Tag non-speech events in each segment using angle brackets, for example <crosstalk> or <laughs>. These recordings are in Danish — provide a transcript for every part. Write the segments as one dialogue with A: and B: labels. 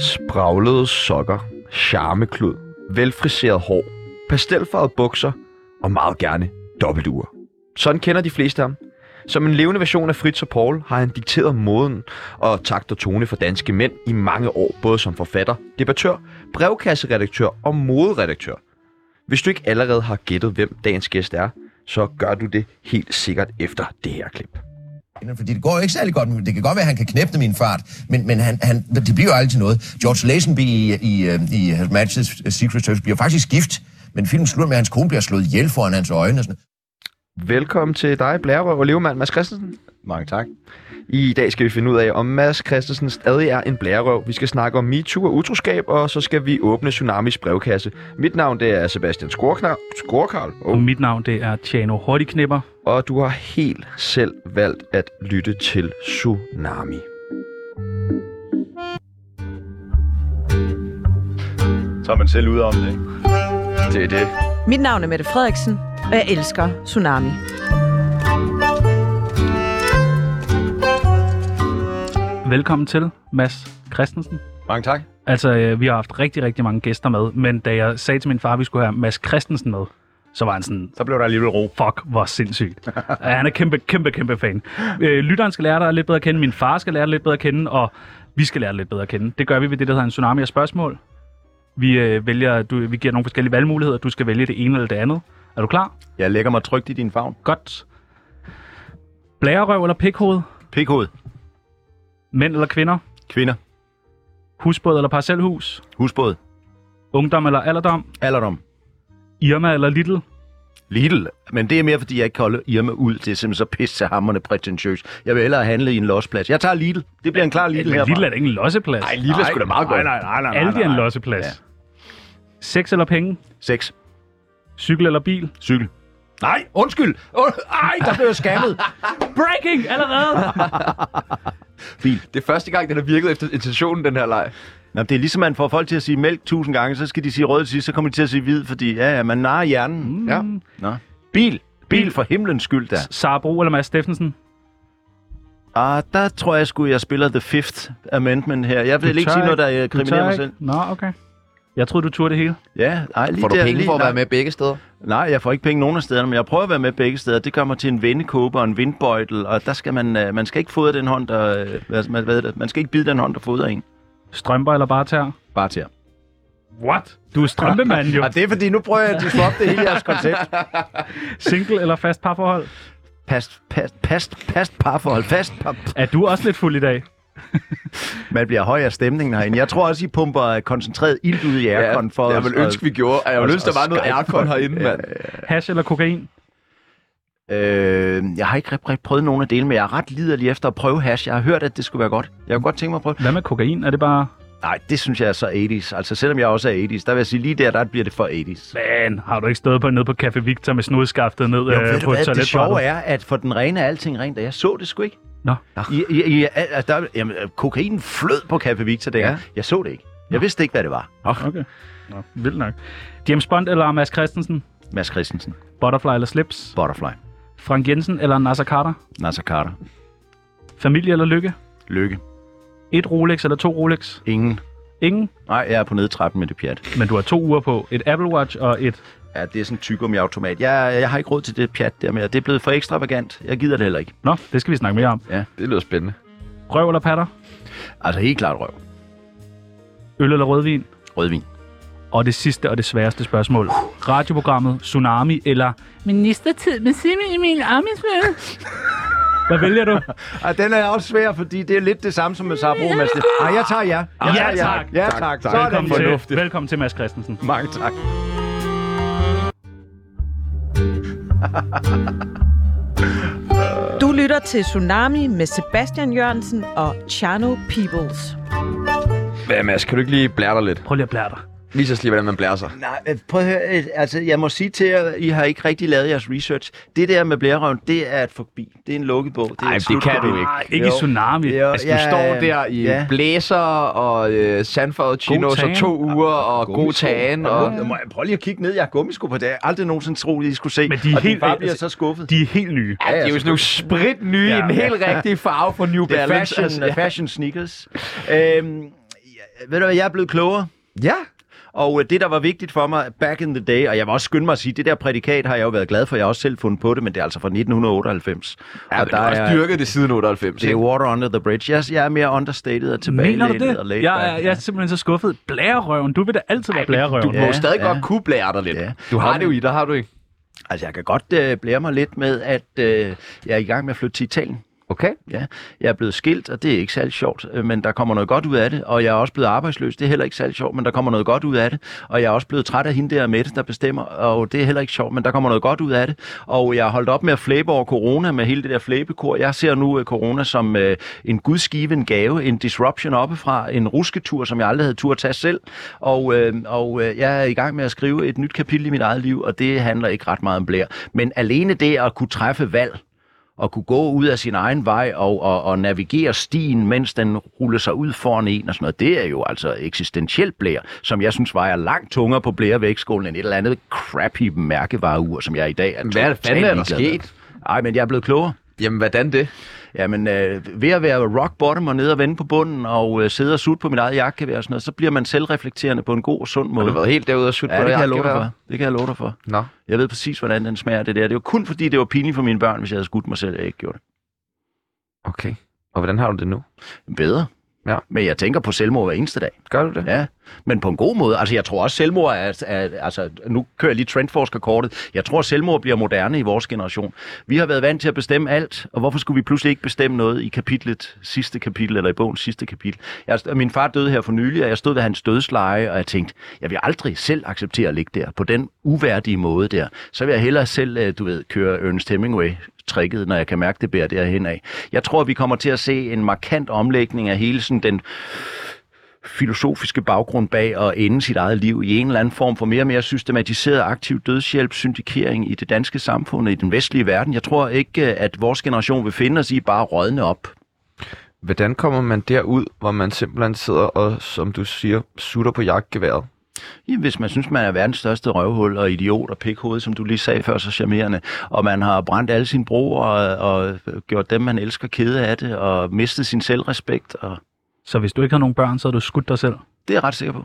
A: Spraglede sokker, charmeklud, velfriseret hår, pastelfarvede bukser og meget gerne dobbelture. Sådan kender de fleste ham. Som en levende version af Fritz og Paul har han dikteret moden og takt og tone for danske mænd i mange år, både som forfatter, debattør, brevkasseredaktør og moderedaktør. Hvis du ikke allerede har gættet, hvem dagens gæst er, så gør du det helt sikkert efter det her klip.
B: Fordi det går jo ikke særlig godt. men Det kan godt være, at han kan knæppe min fart, men, men han, han, det bliver jo aldrig til noget. George Lazenby i, i, øh, i Hans Majesty's Secret Service bliver faktisk gift, men filmen slutter med, at hans kone bliver slået ihjel foran hans øjne. Og sådan. noget.
A: Velkommen til dig, Blærerøv og levemand Mads Christensen.
C: Mange tak.
A: I dag skal vi finde ud af, om Mads Christensen stadig er en blærerøv. Vi skal snakke om MeToo og utroskab, og så skal vi åbne Tsunamis brevkasse. Mit navn det er Sebastian Skorknar, Skorkarl,
D: Og
A: oh.
D: mit navn, det er Tjano Hortiknipper.
A: og du har helt selv valgt at lytte til Tsunami.
C: Så er man selv ude om det, ikke?
A: Det er det.
E: Mit navn er Mette Frederiksen, og jeg elsker Tsunami.
D: Velkommen til, Mads Christensen.
C: Mange tak.
D: Altså, øh, vi har haft rigtig, rigtig mange gæster med, men da jeg sagde til min far, at vi skulle have Mads Christensen med, så var han sådan,
C: Så blev der alligevel ro.
D: fuck, hvor sindssygt. ja, han er kæmpe, kæmpe, kæmpe fan. Øh, lytteren skal lære dig lidt bedre at kende, min far skal lære dig lidt bedre at kende, og vi skal lære dig lidt bedre at kende. Det gør vi ved det, der hedder en tsunami af spørgsmål. Vi, øh, vælger, du, vi giver nogle forskellige valgmuligheder, du skal vælge det ene eller det andet. Er du klar?
C: Jeg lægger mig trygt i din favn.
D: Godt. Blærerøv eller pikhoved?
C: Pikhoved.
D: Mænd eller kvinder?
C: Kvinder.
D: Husbåd eller parcelhus?
C: Husbåd.
D: Ungdom eller alderdom?
C: Alderdom.
D: Irma eller Little?
C: Lidl. Men det er mere, fordi jeg ikke kan holde Irma ud. Det er simpelthen så pissehammerende prætentiøs. Jeg vil hellere handle i en losplads. Jeg tager Lidl. Det bliver en klar Lidl herfra.
D: Little er da ikke en losseplads.
C: Nej, Lidl er sgu da meget godt.
D: Nej, nej, nej. Aldi er en losseplads.
C: Ja.
D: Ja. Sex eller penge?
C: Sex.
D: Cykel eller bil?
C: Cykel. Nej, undskyld. Und- Ej, der blev jeg skammet.
D: Breaking allerede!
A: Det er første gang, den har virket efter intentionen, den her leg.
C: Nå, det er ligesom, man får folk til at sige mælk tusind gange, så skal de sige rød til sidst, så kommer de til at sige hvid, fordi ja, ja, man narer hjernen. Mm. Ja. Nå. Bil. Bil for himlens skyld, da.
D: Sara Bro eller Mads Steffensen?
C: Ah, der tror jeg sgu, jeg spiller The Fifth Amendment her. Jeg vil
D: Du
C: ikke
D: tør
C: sige noget, der øh,
D: Du tør
C: kriminerer mig
D: ikke?
C: selv.
D: Nå, okay. Jeg troede, du turde det hele.
C: Ja, nej, lige
A: Får du
C: der,
A: penge
C: lige,
A: for at
C: nej,
A: være med begge steder?
C: Nej, jeg får ikke penge nogen af stederne, men jeg prøver at være med begge steder. Det gør mig til en vendekåbe og en vindbøjtel, og der skal man, øh, man skal ikke fodre den hånd, der, øh, hvad, hvad hedder det, man skal ikke bide den hånd, der fodrer en.
D: Strømper eller bare tær?
C: Bare til jer.
D: What? Du er strømpemand jo.
C: Og det er fordi, nu prøver jeg at disrupte hele jeres koncept.
D: <laughs> Single eller fast parforhold?
C: Past, past, past, past parforhold, fast par,
D: Er du også lidt fuld i dag?
C: Man bliver høj af stemningen herinde. Jeg tror også, I pumper øh, koncentreret ilt ud i aircon for
A: jeg
C: os.
A: vil ønske, vi gjorde. Jeg vil
C: og-
A: ønske, der
C: og
A: var noget
C: Skype.
A: aircon herinde, mand.
D: Hash eller kokain?
C: Øh, jeg har ikke rigtig prøvet nogen af delene, men jeg er ret liderlig efter at prøve hash. Jeg har hørt, at det skulle være godt. Jeg kunne godt tænke mig at prøve.
D: Hvad med kokain? Er det bare...
C: Nej, det synes jeg er så 80's. Altså, selvom jeg også er 80's, der vil jeg sige, lige der, der bliver det for 80's.
D: Man, har du ikke stået på nede på Café Victor med snudskaftet ned jo,
C: Jo, ved
D: øh,
C: du
D: på
C: hvad,
D: et
C: det
D: toiletbræt?
C: sjove er, at for den rene er alting rent, og jeg så det sgu ikke.
D: Nå.
C: I, I, I, altså, der, jamen, kokainen flød på Café Victor der.
A: Ja.
C: Ja. Jeg så det ikke. Jeg vidste ikke, hvad det var.
D: Okay. Nå, vildt nok. James Bond eller Mads Christensen?
C: Mads Christensen,
D: Butterfly eller Slips?
C: Butterfly,
D: Frank Jensen eller Nasser Carter?
C: Nasser Carter,
D: Familie eller lykke?
C: Lykke,
D: Et Rolex eller to Rolex?
C: Ingen.
D: Ingen,
C: Nej, jeg er på nedtrappen med det pjat.
D: men du har to uger på. Et Apple Watch og et...
C: Ja, det er sådan en tyggegummi-automat. Jeg, jeg har ikke råd til det pjat der med, og det er blevet for ekstravagant. Jeg gider det heller ikke.
D: Nå, det skal vi snakke mere om.
A: Det lyder spændende.
D: Røv eller patter?
C: Altså helt klart røv.
D: Øl eller rødvin?
C: Rødvin.
D: Og det sidste og det sværeste spørgsmål. Radioprogrammet Tsunami eller Ministertid med Simon Emil Amitsved? Hvad vælger
A: <laughs>
D: du?
C: Ah, den er også svær, fordi det er lidt det samme som med Sabro Mads. Ah, jeg tager jer. Jeg
D: Ja,
C: tager jer.
D: tak.
C: Ja, tak. tak.
D: Velkommen til,
A: fornuftigt.
D: velkommen til Mads Christensen.
C: Mange tak.
E: Du lytter til Tsunami med Sebastian Jørgensen og Chano Peoples.
A: Hvad, Mads? Kan du ikke lige blære dig lidt?
D: Prøv lige at blære dig.
A: Vis os lige, hvordan man blærer sig.
C: Nej, øh, prøv at høre, øh, altså jeg må sige til jer, I har ikke rigtig lavet jeres research. Det der med blærerøven, det er et forbi. Det er en lukket bog. Det er
A: Ej,
C: et
A: det kan
C: slutprodukt.
A: du ikke.
D: Nej, ikke i
C: Jo.
D: Tsunami.
C: Jo,
A: Altså, du ja, står der i ja.
C: ja.
A: blæser og øh, sandfarvet chinos og
D: tan.
A: to uger og god
C: Gummisko.
A: tagen.
C: Og,
A: Og,
C: og, må jeg prøve lige at kigge ned. Jeg har gummisko på. Det har jeg aldrig nogensinde troet, I skulle se.
D: Men de er
C: og
D: helt-
C: din far bliver
D: altså,
C: så skuffet.
D: De er helt nye.
A: ja, det er jo sådan nogle sprit nye, ja,
D: Ja.
A: en helt rigtig farve for New
C: Det er
A: Balance.
C: fashion,
A: altså,
C: altså,
A: ja.
C: fashion sneakers. øhm, ja, ved du hvad, jeg er blevet klogere.
A: ja,
C: Og øh, det, der var vigtigt for mig back in the day, og jeg vil også skynde mig at sige, det der prædikat har jeg jo været glad for, jeg har også selv fundet på det, men det er altså fra 1998.
A: ja
C: og
A: der er også dyrket det siden 98.
C: det er
A: ikke?
C: water under the bridge. Jeg, jeg er mere understated og tilbage
D: Mener du det?
C: og laid
D: Jeg, er,
C: back.
D: jeg er simpelthen så skuffet. Blærerøven. Du vil da altid være blærerøven.
A: Du må
C: Ja,
A: stadig
C: ja.
A: godt kunne blære dig lidt.
C: Ja.
A: Du har det jo i dig, har du ikke?
C: Altså, jeg kan godt øh, blære mig lidt med, at øh, jeg er i gang med at flytte til Italien.
A: Okay.
C: Ja, jeg er blevet skilt, og det er ikke særlig sjovt, øh, men der kommer noget godt ud af det. Og jeg er også blevet arbejdsløs, det er heller ikke særlig sjovt, men der kommer noget godt ud af det. Og jeg er også blevet træt af hende der Mette, der bestemmer, og det er heller ikke sjovt, men der kommer noget godt ud af det. Og jeg har holdt op med at flæbe over corona med hele det der flæbekor. Jeg ser nu øh, corona som øh, en gudsgiven gave, en disruption oppefra, en rusketur, som jeg aldrig havde tur at tage selv. Og, øh, og øh, jeg er i gang med at skrive et nyt kapitel i mit eget liv, og det handler ikke ret meget om blære. Men alene det at kunne træffe valg, at kunne gå ud af sin egen vej og, og, og navigere stien, mens den ruller sig ud foran en og sådan noget, det er jo altså eksistentielt blære, som jeg synes vejer langt tungere på blærevægtskålen end et eller andet crappy mærkevareur, som jeg i dag er
A: Hvad fanden
C: totalt
A: er der
C: ligeglad med.
A: sket?
C: Ej, men jeg er blevet klogere.
A: Jamen, hvordan det?
C: Jamen, øh, ved at være rock bottom og ned og vende på bunden og øh, sidde og sutte på mit eget jakkevær og sådan noget, så bliver man selvreflekterende på en god og sund
A: Har
C: måde.
A: du været helt derude og skudt
C: ja,
A: på
C: det
A: det?
C: kan jeg love dig
A: jakkevær?
C: for. Det kan jeg love dig for.
A: Nå.
C: Jeg ved præcis, hvordan den smager, det der. Det var kun fordi, det var pinligt for mine børn, hvis jeg havde skudt mig selv, at jeg ikke gjorde det.
A: Okay. Og hvordan har du det nu?
C: bedre.
A: Ja.
C: Men jeg tænker på selvmord hver eneste dag.
A: Gør du det?
C: Ja. Men på en god måde. Altså, jeg tror også, selvmord er... er altså, nu kører jeg lige trendforskerkortet. Jeg tror, selvmord bliver moderne i vores generation. Vi har været vant til at bestemme alt, og hvorfor skulle vi pludselig ikke bestemme noget i kapitlet, sidste kapitel, eller i bogens sidste kapitel? Jeg, min far døde her for nylig, og jeg stod ved hans dødsleje, og jeg tænkte, jeg vil aldrig selv acceptere at ligge der, på den uværdige måde der. Så vil jeg hellere selv, øh, du ved, køre Ernest Hemingway tricket, når jeg kan mærke, det bærer derhen af. Jeg tror, vi kommer til at se en markant omlægning af hele sådan den filosofiske baggrund bag at ende sit eget liv i en eller anden form for mere og mere systematiseret aktiv dødshjælp, syndikering i det danske samfund og i den vestlige verden. Jeg tror ikke, øh, at vores generation vil finde os i bare at rådne op.
A: Hvordan kommer man derud, hvor man simpelthen sidder og, som du siger, sutter på jagtgeværet?
C: Ja, hvis man synes, man er verdens største røvhul og idiot og pikhoved, som du lige sagde før, så charmerende, og man har brændt alle sine broer og, og gjort dem, man elsker, kede af det, og mistet sin selvrespekt, og
D: Så hvis du ikke har nogen børn, så har du skudt dig selv.
C: det er jeg ret sikker på.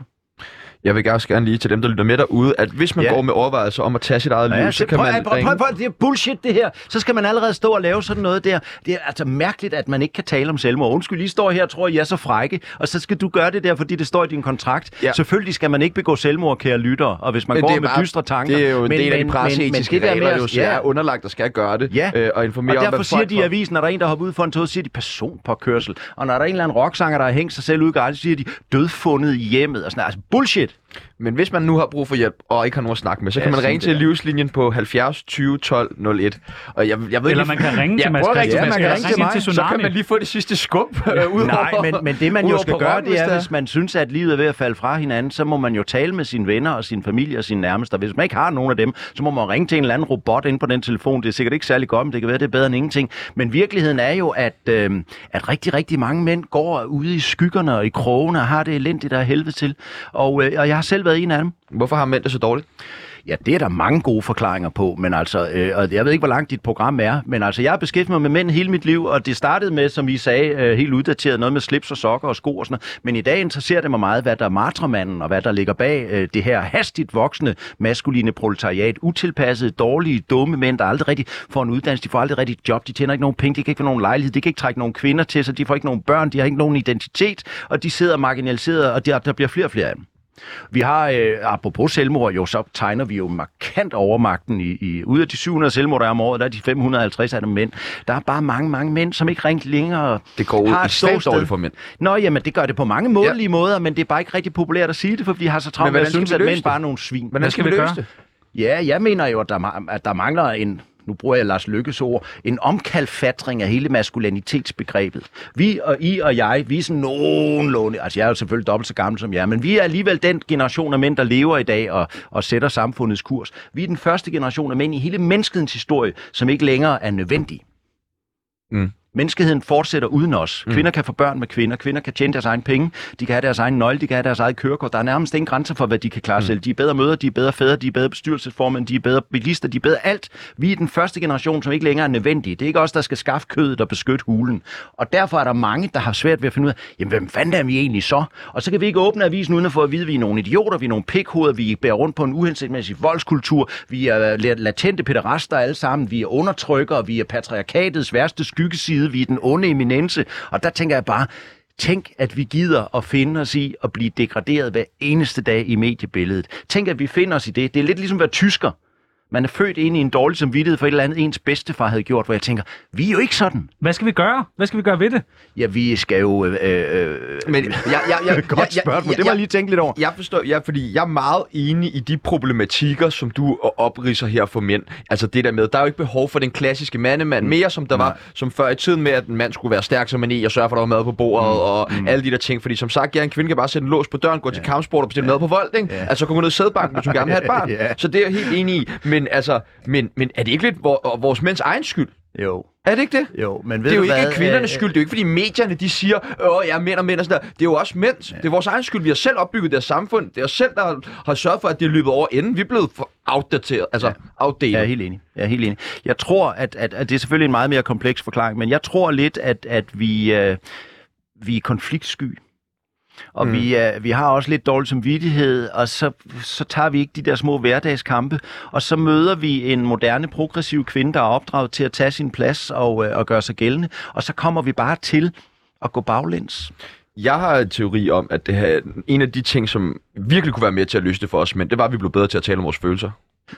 A: Jeg vil også gerne lige til dem, der lytter med derude, at hvis man
C: Ja.
A: går med overvejelser om at tage sit eget liv,
C: Ja,
A: så kan
C: prøv,
A: man
C: prøv, prøv,
A: ringe...
C: prøv, prøv, det er bullshit det her. Så skal man allerede stå og lave sådan noget der. Det er altså mærkeligt, at man ikke kan tale om selvmord. Undskyld, I står her og tror, I er så frække, og så skal du gøre det der, fordi det står i din kontrakt.
A: Ja.
C: Ja. Selvfølgelig skal man ikke begå selvmord, kære lyttere, og hvis man
A: Men
C: går
A: det er
C: med bare,
A: bare-
C: dystre tanker.
A: Det er jo en men, del af de presseetiske
C: der med
A: regler,
C: at-
A: jo, så ja. er underlagt og skal gøre det,
C: Ja,
A: øh, og informere
C: og
A: om,
C: derfor
A: hvad
C: siger
A: folk
C: de i avisen, når der er en, der hopper ud for en tog, så siger de personpåkørsel. Og når der er en eller anden rocksanger, der har hængt sig selv ud i garagen, så siger de dødfundet i hjemmet. Og sådan, noget. altså bullshit.
A: Men hvis man nu har brug for hjælp, og ikke har nogen at snakke med, så
C: Ja,
A: kan man
C: sådan
A: ringe til
C: der.
A: livslinjen på 70 20 12 01. Og jeg, jeg ved
D: Eller
A: ikke,
D: man kan ringe
A: ja,
D: til Mads
A: prøv at ringe
D: Christensen.
A: til Mads
D: Eller
A: Christensen.
D: ringe til
A: Så kan
D: Tsunami.
A: man lige få det sidste
C: <laughs>
A: skub <laughs> øh, ud
C: Nej,
A: over,
C: men, men det man jo
A: udover
C: skal
A: på
C: gøre,
A: røven,
C: det
A: hvis
C: er,
A: der-
C: hvis man synes, at livet er ved at falde fra hinanden, så må man jo tale med sine venner og sin familie og sine nærmeste. Og Hvis man ikke har nogen af dem, så må man ringe til en eller anden robot inde på den telefon. Det er sikkert ikke særlig godt, men det kan være, det er bedre end ingenting. Men virkeligheden er jo, at, øh, at rigtig, rigtig mange mænd går ude i skyggerne og i krogene og har det elendigt der helvede til. Og, øh, og jeg har selv været en af dem.
A: Hvorfor har mænd det så dårligt?
C: Ja, det er der mange gode forklaringer på, men altså, øh, og jeg ved ikke, hvor langt dit program er, men altså, jeg har beskæftiget mig med mænd hele mit liv, og det startede med, som I sagde, øh, helt uddateret, noget med slips og sokker og sko og sådan noget, men i dag interesserer det mig meget, hvad der er martremanden, og hvad der ligger bag øh, det her hastigt voksende maskuline proletariat, utilpassede, dårlige, dumme mænd, der aldrig rigtig får en uddannelse, de får aldrig rigtig et job, de tjener ikke nogen penge, de kan ikke få nogen lejlighed, de kan ikke trække nogen kvinder til sig, de får ikke nogen børn, de har ikke nogen identitet, og de sidder marginaliseret, og der, der bliver flere og flere af dem. Vi har, øh, apropos selvmord, jo, så tegner vi jo markant overmagten. I, i, ud af de 700 selvmord, der er om året, der er de 550 af dem mænd. Der er bare mange, mange mænd, som ikke rent længere
A: Det går ud
C: har et
A: ekstremt
C: ståsted.
A: dårligt for mænd.
C: Nå, jamen, det gør det på mange mådelige ja. måder, men det er bare ikke rigtig populært at sige det, fordi de har så travlt med
A: hvordan
C: at
A: skal
C: synes,
A: vi
C: at
A: løse
C: mænd
A: det?
C: bare er nogle svin.
A: Hvordan skal
D: skal
A: vi
D: vi
A: løse
D: gøre?
A: det?
C: Ja, jeg mener jo, at der, ma- at der mangler en nu bruger jeg Lars Lykkes ord, en omkalfatring af hele maskulinitetsbegrebet. Vi og I og jeg, vi er sådan nogenlunde, altså jeg er jo selvfølgelig dobbelt så gammel som jer, men vi er alligevel den generation af mænd, der lever i dag og, og sætter samfundets kurs. Vi er den første generation af mænd i hele menneskets historie, som ikke længere er nødvendig.
A: Mm.
C: Menneskeheden fortsætter uden os. Kvinder kan få børn med kvinder. Kvinder kan tjene deres egen penge. De kan have deres egen nøgle. De kan have deres eget kørekort. Der er nærmest ingen grænser for, hvad de kan klare mm. selv. De er bedre mødre, de er bedre fædre, de er bedre bestyrelsesformænd, de er bedre bilister, de er bedre alt. Vi er den første generation, som ikke længere er nødvendige. Det er ikke os, der skal skaffe kødet og beskytte hulen. Og derfor er der mange, der har svært ved at finde ud af, jamen hvem fanden er vi egentlig så? Og så kan vi ikke åbne avisen uden at få at vide, at vi er nogle idioter, vi er nogle pikhoveder, vi bærer rundt på en uhensigtsmæssig voldskultur, vi er øh, la- latente pæderaster alle sammen, vi er undertrykkere, vi er patriarkatets værste skyggeside, vi er den onde eminence. Og der tænker jeg bare, Tænk, at vi gider at finde os i at blive degraderet hver eneste dag i mediebilledet. Tænk, at vi finder os i det. Det er lidt ligesom at være tysker. Man er født ind i en dårlig samvittighed for et eller andet, ens bedstefar havde gjort, hvor jeg tænker, vi er jo ikke sådan.
D: Hvad skal vi gøre? Hvad skal vi gøre ved det?
C: Ja, vi skal jo... Øh, øh,
A: Men jeg, jeg, jeg, jeg,
C: <laughs> godt spørgsmål. Det må jeg lige tænke lidt over.
A: Jeg forstår, ja, fordi jeg er meget enig i de problematikker, som du opridser her for mænd. Altså det der med, der er jo ikke behov for den klassiske mandemand mere, som der var som før i tiden med, at en mand skulle være stærk som en e, og sørge for, at der var mad på bordet og alle de der ting. Fordi som sagt, ja, en kvinde kan bare sætte en lås på døren, gå til kampsport og bestille mad på vold, ikke? Altså gå ned i sædbanken, hvis hun gerne vil have et barn.
C: Ja.
A: Så det er jeg helt enig i. Men, altså, men, men er det ikke lidt vor- vores mænds egen skyld?
C: Jo,
A: Er det ikke det?
C: jo, men
A: Det
C: ved
A: er jo
C: du
A: ikke
C: hvad?
A: kvindernes
C: Øh,
A: skyld, det er jo ikke fordi medierne de siger, åh, jeg er mænd og mænd og sådan der. Det er jo også mænd. Det er vores egen skyld, vi har selv opbygget deres samfund. Det er os selv, der har- har sørget for, at det er løbet over enden. Vi er blevet for outdateret, altså
C: Jeg er
A: outdated.
C: helt enig. Jeg er helt enig. Jeg tror, at, at, at det er selvfølgelig en meget mere kompleks forklaring, men jeg tror lidt, at, at vi, øh, vi er konfliktsky. Og mm. vi, øh, vi har også lidt dårlig samvittighed, og så, så tager vi ikke de der små hverdagskampe. Og så møder vi en moderne, progressiv kvinde, der er opdraget til at tage sin plads og, øh, og gøre sig gældende. Og så kommer vi bare til at gå baglæns.
A: Jeg har en teori om, at det her, en af de ting, som virkelig kunne være med til at løse det for os men det var, at vi blev bedre til at tale om vores følelser.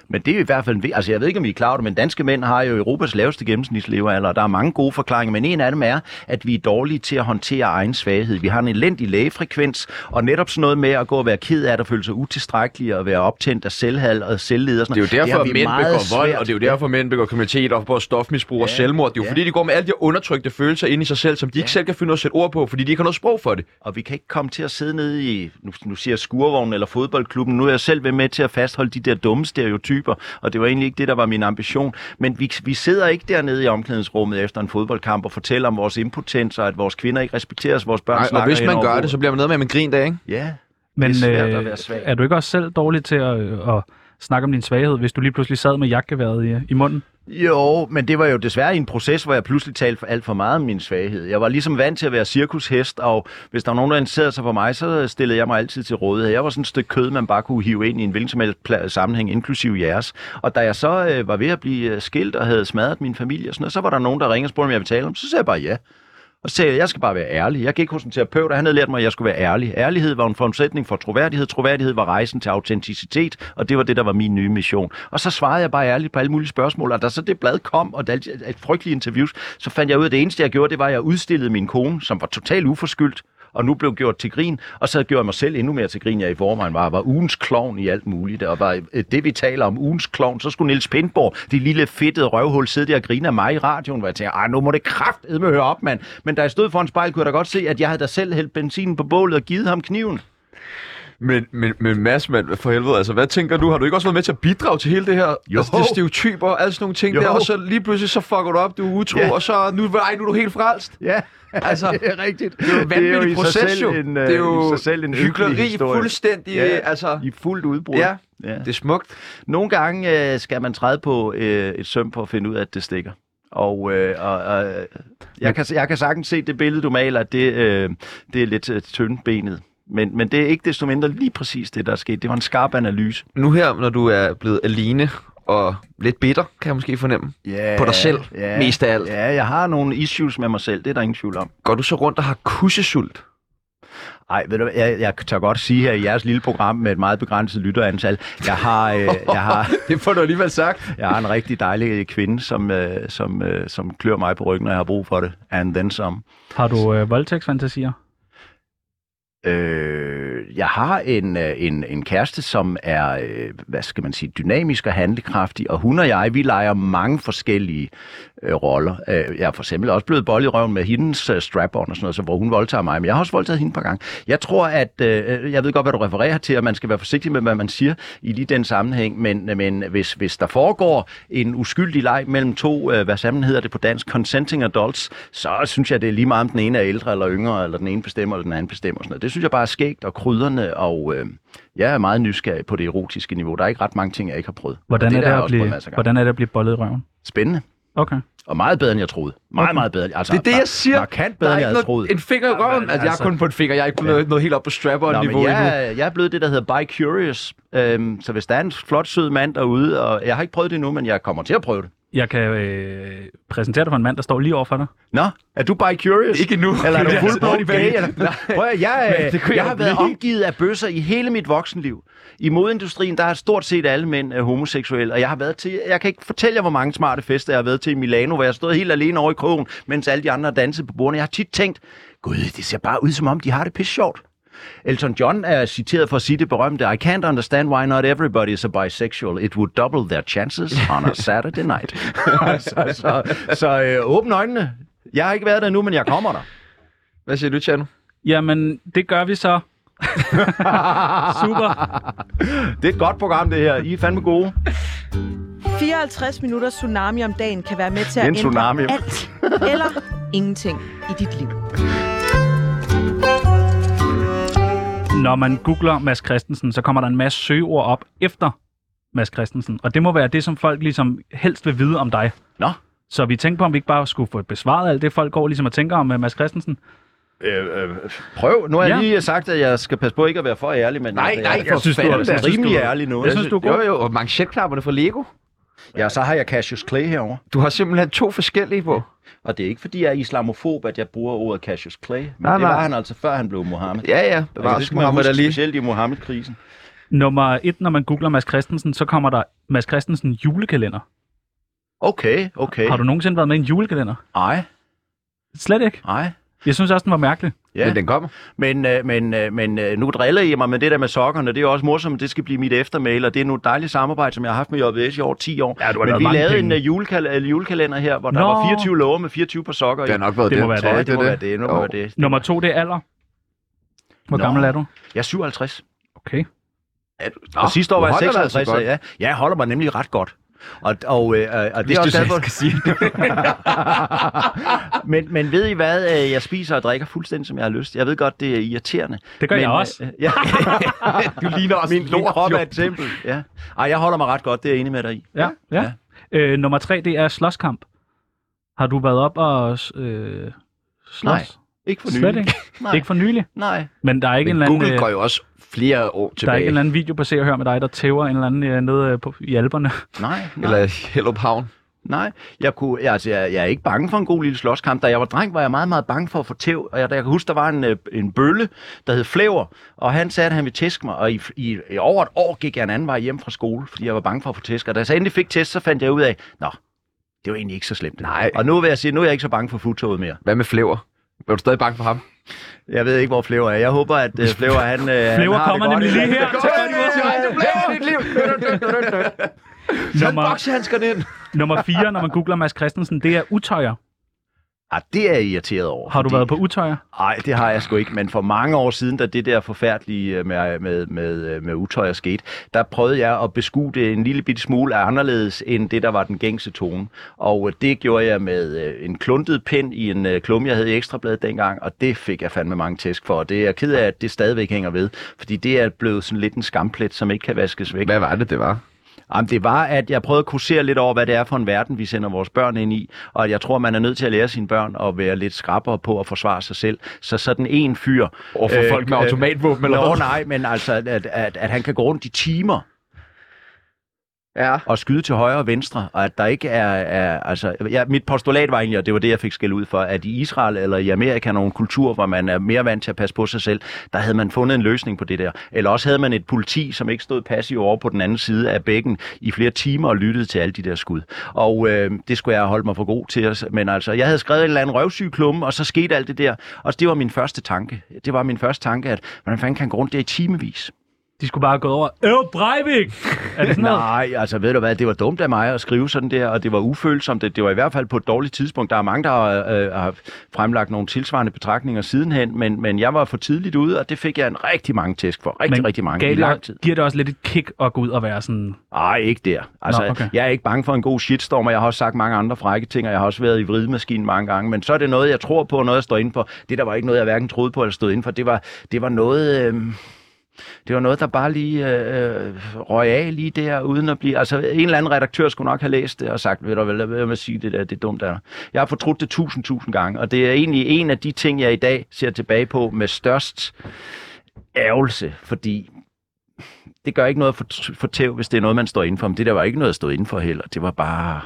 C: Men det er jo i hvert fald, en vi- altså jeg ved ikke, om I er klar over det, men danske mænd har jo Europas laveste gennemsnitslevealder, og der er mange gode forklaringer, men en af dem er, at vi er dårlige til at håndtere egen svaghed. Vi har en elendig lægefrekvens, og netop sådan noget med at gå og være ked af det, og føle sig utilstrækkelig, og være optændt af selvhal og selvled og sådan
A: Det er jo
C: noget.
A: derfor,
C: har
A: at
C: vi
A: mænd
C: meget
A: begår vold,
C: svært-
A: og det er jo derfor, at mænd begår kriminalitet og på stofmisbrug og
C: Ja,
A: selvmord. Det er jo
C: ja.
A: fordi, de går med alle de her undertrykte følelser inde i sig selv, som de ikke selv kan finde ud af at sætte ord på, fordi de ikke har noget sprog for det.
C: og vi kan ikke komme til at sidde nede i, nu, nu siger jeg skurvognen eller fodboldklubben, nu er jeg selv ved med til at fastholde de der dumme stereotyper, og det var egentlig ikke det, der var min ambition, men vi, vi sidder ikke dernede i omklædningsrummet efter en fodboldkamp og fortæller om vores impotens, og at vores kvinder ikke respekteres, vores børn
A: Nej,
C: snakker
A: og hvis man
C: henover
A: gør det,
C: bordet.
A: så bliver man nede med en grin der, ikke?
C: Ja,
D: Men
C: det er svært
D: øh,
C: at være svag.
D: er du ikke også selv dårlig til at, øh, at snakke om din svaghed, hvis du lige pludselig sad med jagtgeværet i, i munden?
C: Jo, men det var jo desværre i en proces, hvor jeg pludselig talte for alt for meget om min svaghed. Jeg var ligesom vant til at være cirkushest, og hvis der var nogen, der interesserede sig for mig, så stillede jeg mig altid til rådighed. Jeg var sådan et stykke kød, man bare kunne hive ind i en hvilken som helst pla- sammenhæng, inklusiv jeres. Og da jeg så øh, var ved at blive øh, skilt og havde smadret min familie og sådan noget, så var der nogen, der ringede og spurgte, om jeg ville tale om. det. Så sagde jeg bare ja. Og så sagde jeg, jeg skal bare være ærlig. Jeg gik hos en terapeut, og han havde lært mig, at jeg skulle være ærlig. Ærlighed var en forudsætning for troværdighed. Troværdighed var rejsen til autenticitet, og det var det, der var min nye mission. Og så svarede jeg bare ærligt på alle mulige spørgsmål, og da så det blad kom, og det et frygteligt interviews, så fandt jeg ud af, at det eneste, jeg gjorde, det var, at jeg udstillede min kone, som var totalt uforskyldt, og nu blev gjort til grin, og så gjorde jeg mig selv endnu mere til grin, jeg i forvejen var, var ugens klovn i alt muligt, og var øh, det, vi taler om ugens klovn, så skulle Nils Pindborg, det lille fedtede røvhul, sidde der og grine af mig i radioen, hvor jeg tænkte, "Ej, nu må det kraftedme høre op, mand. Men da jeg stod foran spejlet, kunne jeg da godt se, at jeg havde da selv hældt benzinen på bålet og givet ham kniven.
A: Men, men, men Mads, mand, for helvede, altså, hvad tænker du? Har du ikke også været med til at bidrage til hele det her?
C: Jo.
A: Altså, det er stereotyper og alle sådan nogle ting
C: Jo.
A: jo. der, og så lige pludselig så fucker du op, du er utro,
C: Ja.
A: og så nu, ej, nu er du helt frelst.
C: Ja,
A: Altså,
C: det er rigtigt.
A: Det er jo en vanvittig
C: i sig
A: proces,
C: selv
A: jo.
C: En, øh,
A: det er jo
C: i sig selv en
A: hykleri
C: hyggelig historie.
A: fuldstændig,
C: Ja,
A: ja. altså,
C: I fuldt udbrud.
A: ja.
C: ja.
A: Det er smukt.
C: Nogle gange øh, skal man træde på øh, et søm for at finde ud af, at det stikker. Og, øh, og, og øh, jeg, kan, jeg kan sagtens se det billede, du maler, at det, øh, det er lidt øh, tyndbenet. Men, men det er ikke desto mindre lige præcis det, der er sket. Det var en skarp analyse.
A: Nu her, når du er blevet alene og lidt bitter, kan jeg måske fornemme,
C: Yeah,
A: På dig selv, mest af alt.
C: Ja, jeg har nogle issues med mig selv, det er der ingen tvivl om.
A: går du så rundt og har kussesult?
C: Ej, ved du, hvad, jeg, jeg tør godt sige her i jeres lille program med et meget begrænset lytterantal, jeg har, øh, jeg har,
A: Det får du alligevel sagt.
C: jeg har en rigtig dejlig kvinde, som, øh, som, øh, som klør mig på ryggen, når jeg har brug for det. And then some.
D: Har du øh, voldtægtsfantasier?
C: Øh, jeg har en, øh, en, en kæreste, som er, øh, hvad skal man sige, dynamisk og handlekraftig, og hun og jeg, vi leger mange forskellige øh, roller. Øh, jeg er for eksempel også blevet bold i røven med hendes øh, strap og sådan noget, så, hvor hun voldtager mig, men jeg har også voldtaget hende et par gange. Jeg tror, at, øh, jeg ved godt, hvad du refererer til, og man skal være forsigtig med, hvad man siger i lige den sammenhæng, men, øh, men hvis, hvis der foregår en uskyldig leg mellem to, øh, hvad sammen hedder det på dansk, consenting adults, så synes jeg, det er lige meget, om den ene er ældre eller yngre, eller den ene bestemmer, eller den anden bestemmer. og Sådan noget. Det synes jeg bare er skægt, og krydderne, og øh, jeg er meget nysgerrig på det erotiske niveau. Der er ikke ret mange ting, jeg ikke har prøvet.
D: Hvordan
C: og
D: er, det
C: der har jeg
D: at
C: også
D: blive,
C: prøvet masser af gange.
D: hvordan er det at blive bollet i røven?
C: Spændende.
D: Okay.
C: Og meget bedre, end jeg troede. Meget, meget bedre. Altså,
A: Det er det, jeg
C: mar-
A: siger.
C: Markant bedre,
A: Der er
C: end
A: ikke
C: jeg havde
A: noget-
C: troet.
A: En finger i røven. Altså, jeg er
D: altså.
A: kun på en finger. Jeg er ikke på noget, noget helt op på
C: Nå,
A: strapper-niveau
C: men
A: endnu.
C: jeg, jeg er blevet det, der hedder bi-curious. Øhm, så hvis der er en flot, sød mand derude, og jeg har ikke prøvet det endnu, men jeg kommer til at prøve det.
D: Jeg kan øh, præsentere dig for en mand, der står lige over for dig.
C: Nå, er du bi-curious?
A: Ikke endnu.
C: Eller
A: <laughs>
C: er du
A: Det er altså
C: fuldblod i
A: ordentligt
C: bage?
A: bage,
C: Eller? Nej, Prøv at, jeg,
A: Men det
C: jeg,
A: kunne
C: jeg
A: jeg
C: har
A: jo
C: været
A: blive.
C: omgivet af bøsser i hele mit voksenliv. I modindustrien, der har stort set alle mænd øh, homoseksuelle, og jeg har været til, jeg kan ikke fortælle jer, hvor mange smarte fester jeg har været til i Milano, hvor jeg stod helt alene over i krogen, mens alle de andre dansede på bordene. Jeg har tit tænkt, gud, det ser bare ud som om, de har det pisse sjovt. Elton John er citeret for at sige det berømte, I can't understand why not everybody is a bisexual. It would double their chances on a Saturday night. <laughs> så så, så øh, åbn øjnene. Jeg har ikke været der nu, men jeg kommer der.
A: Hvad siger du, Tjerno?
D: Jamen, det gør vi så. <laughs> Super.
C: Det er et godt program, det her. I er fandme gode.
E: 54 minutter tsunami om dagen kan være med til at
C: Det er en
E: ændre
C: tsunami.
E: alt eller ingenting i dit liv.
D: Når man googler Mads Christensen, så kommer der en masse søgeord op efter Mads Christensen. Og det må være det, som folk ligesom helst vil vide om dig.
C: Nå.
D: Så vi tænkte på, om vi ikke bare skulle få besvaret alt det, folk går ligesom og tænker om øh, Mads Christensen.
C: Øh, øh, prøv. Nu har jeg
D: Ja.
C: lige sagt, at jeg skal passe på ikke at være for ærlig, men
A: Nej,
C: jeg,
A: nej,
C: er
A: jeg synes, du er-
C: fandme
A: jeg synes, du er-
C: rimelig ærlig nu.
D: Jeg synes, du er
A: Jo,
D: god.
A: jo, og manchetknapperne fra Lego.
C: Ja, så har jeg Cassius Clay herover.
A: Du har simpelthen to forskellige på.
C: Og det er ikke, fordi jeg er islamofob, at jeg bruger ordet Cassius Clay. Men
A: Nej,
C: det
A: nej.
C: var han altså, før han blev Mohammed.
A: Ja, ja.
C: Altså, det
A: Bevares
C: skal man
A: Muhammad
C: huske,
A: Ali.
C: specielt i Mohammed-krisen.
D: Nummer et, når man googler Mads Christensen, så kommer der Mads Christensen julekalender.
C: Okay, okay.
D: Har du nogensinde været med i en julekalender?
C: Ej,
D: Slet ikke.
C: ej.
D: Jeg synes også, den var mærkelig.
C: Ja.
A: Men den kommer.
C: Men, øh, men, øh, men øh, nu driller I mig med det der med sokkerne. Det er jo også morsomt, det skal blive mit eftermæl, og det er nu et dejligt samarbejde, som jeg har haft med JVS i over 10 år.
D: Ja, du har lavet
C: men vi
D: mange
C: lavede
D: penge.
C: en øh, julekal- øh, julekalender her, hvor der
D: Nå.
C: var 24 låger med 24 par sokker. i.
A: Det har nok været
D: Det
A: det.
D: må være
A: Tror
D: det.
A: jeg
C: Ja,
A: ikke,
C: det må være
A: det.
C: det. Nu
A: Jo.
C: må være det.
D: Nummer to, det er alder. Hvor
C: Nå.
D: gammel er du?
C: Jeg er 57.
D: Okay.
C: Er du- Og sidste år
A: du
C: var jeg
A: holder dig altså
C: 56, så
A: godt.
C: ja. Ja, jeg holder mig nemlig ret godt. Og, og, øh, øh, og det er også derfor...
A: sige
C: Men, men ved I hvad? Øh, Jeg spiser og drikker fuldstændig, som jeg har lyst. Jeg ved godt, det er irriterende.
D: Det gør
C: men,
D: jeg også.
C: Øh,
D: <laughs>
C: ja.
A: Du ligner også
C: Min, min krop er et tempel. Ja. Ej, jeg holder mig ret godt. Det er jeg enig med dig i.
D: Ja, ja. Øh, nummer tre, det er slåskamp. Har du været op og øh, slås?
C: Nej, Ikke for
D: Slet
C: nylig.
D: ikke.
C: Nej.
D: Ikke for nylig.
C: Nej.
D: Men der er ikke, en eller, anden,
A: Google
D: øh,
A: går jo også flere år
D: der er ikke en eller
A: tilbage.
D: anden video på Se og Hør med dig, der tæver en eller anden øh, nede øh, på, i alberne.
C: Nej, nej,
A: Eller Hellup Havn.
C: nej. Jeg, kunne, jeg, altså, jeg, jeg er ikke bange for en god lille slåskamp. Da jeg var dreng, var jeg meget, meget bange for at få tæv. Og jeg, jeg kan huske, der var en, øh, en bølle, der hed Flever, og han sagde, at han ville tæske mig. Og i, i, i over et år gik jeg en anden vej hjem fra skole, fordi jeg var bange for at få tæsk. Og da jeg så endelig fik tæsk, så fandt jeg ud af, nå, det var egentlig ikke så slemt.
A: Nej.
C: Og nu vil jeg sige, nu er jeg ikke så bange for futtoget mere.
A: Hvad med Flever? Er du stadig bange for ham?
C: Jeg ved ikke, hvor Flever er. Jeg håber, at øh, Flever, han, øh, han
D: Flever
C: har
D: kommer
C: det godt.
D: nemlig lige her.
C: Godt.
D: Tag godt imod.
C: <laughs>
D: Nummer,
A: Bokshandskerne ind!
D: nummer fire, når man googler Mads Christensen, det er utøjer.
C: Ah, det er jeg irriteret over.
D: Har du
C: fordi-
D: været på utøjer?
C: Nej, det har jeg sgu ikke, men for mange år siden, da det der forfærdelige øh, med, med, med, øh, med utøjer skete, der prøvede jeg at beskue det en lille bitte smule af anderledes end det, der var den gængse tone. Og øh, det gjorde jeg med øh, en kluntet pind i en øh, klum, jeg havde i Ekstrabladet dengang, og det fik jeg fandme mange tæsk for, og det er jeg ked af, at det stadigvæk hænger ved, fordi det er blevet sådan lidt en skamplet, som ikke kan vaskes væk.
A: Hvad var det, det var?
C: Jamen, det var, at jeg prøvede at kursere lidt over, hvad det er for en verden, vi sender vores børn ind i. Og jeg tror, man er nødt til at lære sine børn at være lidt skrappere på at forsvare sig selv. Så sådan en fyr... øh,
A: Over for folk med automatvåben, eller
C: Nå,
A: hvad?
C: nej, men altså, at, at, at han kan gå rundt i timer
A: Ja.
C: og skyde til højre og venstre, og at der ikke er... er altså, ja, mit postulat var egentlig, og det var det, jeg fik skæld ud for, at i Israel eller i Amerika, nogle kulturer, hvor man er mere vant til at passe på sig selv, der havde man fundet en løsning på det der. Eller også havde man et politi, som ikke stod passiv over på den anden side af bækken i flere timer og lyttede til alle de der skud. Og øh, det skulle jeg holde mig for god til. at- Men altså, jeg havde skrevet en eller anden røvsyg klumme, og så skete alt det der. Og det var min første tanke. Det var min første tanke, at hvordan fanden kan han gå rundt der i timevis?
D: De skulle bare have gået over. Øv Breivik! Er det sådan noget?
C: Nej, altså ved du hvad, det var dumt af mig at skrive sådan der, og det var ufølsomt. Det, det var i hvert fald på et dårligt tidspunkt. Der er mange, der har, øh, har fremlagt nogle tilsvarende betragtninger sidenhen, men, men jeg var for tidligt ude, og det fik jeg en rigtig mange tæsk for. Rigtig,
D: Men
C: rigtig mange.
D: gav
C: I
D: det-
C: lang tid.
D: Giver det også lidt et kick at gå ud og være sådan...
C: Nej, ikke der. Altså,
D: Nå, okay.
C: okay. Jeg er ikke bange for en god shitstorm, og jeg har også sagt mange andre frække ting, og jeg har også været i vridemaskinen mange gange, men så er det noget, jeg tror på, og noget, jeg står inden for. Det, der var ikke noget, jeg hverken troede på eller stod inden for, det var, det var noget... Øh, det var noget, der bare lige øh, røg af lige der, uden at blive... Altså, en eller anden redaktør skulle nok have læst det og sagt, ved du hvad, lad være med at sige det der, det er dumt der. Jeg har fortrudt det tusind, tusind gange, og det er egentlig en af de ting, jeg i dag ser tilbage på med størst ærgelse, fordi det gør ikke noget for, for tæv, hvis det er noget, man står indenfor. Men det der var ikke noget at stå indenfor heller. Det var bare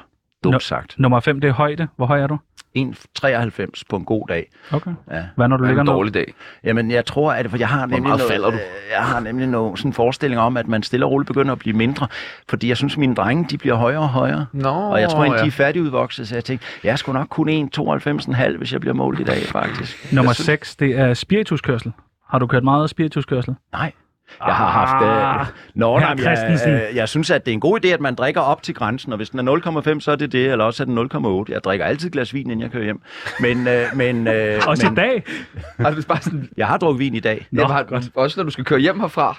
C: dumt
D: Nå.
C: sagt.
D: Nummer 5, det er højde. Hvor høj er du?
C: 1,93 på en god dag.
D: Okay.
C: Ja.
D: Hvad når du
A: Det er
D: ligger
A: en
D: ned?
A: dårlig dag.
C: Jamen, jeg tror, at for jeg har nemlig
A: meget
C: noget,
A: falder du?
C: øh, Jeg har nemlig noget, sådan en forestilling om, at man stille og roligt begynder at blive mindre. Fordi jeg synes, mine drenge, de bliver højere og højere.
A: Nå,
C: Og jeg tror, at de
A: ja. <laughs>
C: er færdigudvoksede, så jeg tænkte, jeg skulle nok kun 1,92,5, hvis jeg bliver målt i dag, faktisk.
D: Nummer 6, det er spirituskørsel. Har du kørt meget spirituskørsel?
C: Nej. Jeg har haft...
D: Ah,
C: Øh, Nå,
D: hr.
C: nej, men jeg,
D: Christensen.
C: øh, jeg synes, at det er en god idé, at man drikker op til grænsen, og hvis den er 0,5, så er det det, eller også er den 0,8. Jeg drikker altid et glas vin, inden jeg kører hjem. Men, øh, men, øh,
D: <laughs> Også i
C: men
D: dag?
A: Altså, det er bare sådan,
C: jeg har drukket vin i dag.
D: Nå,
A: Nå, Jamen,
D: godt.
A: har, også når du skal køre hjem herfra,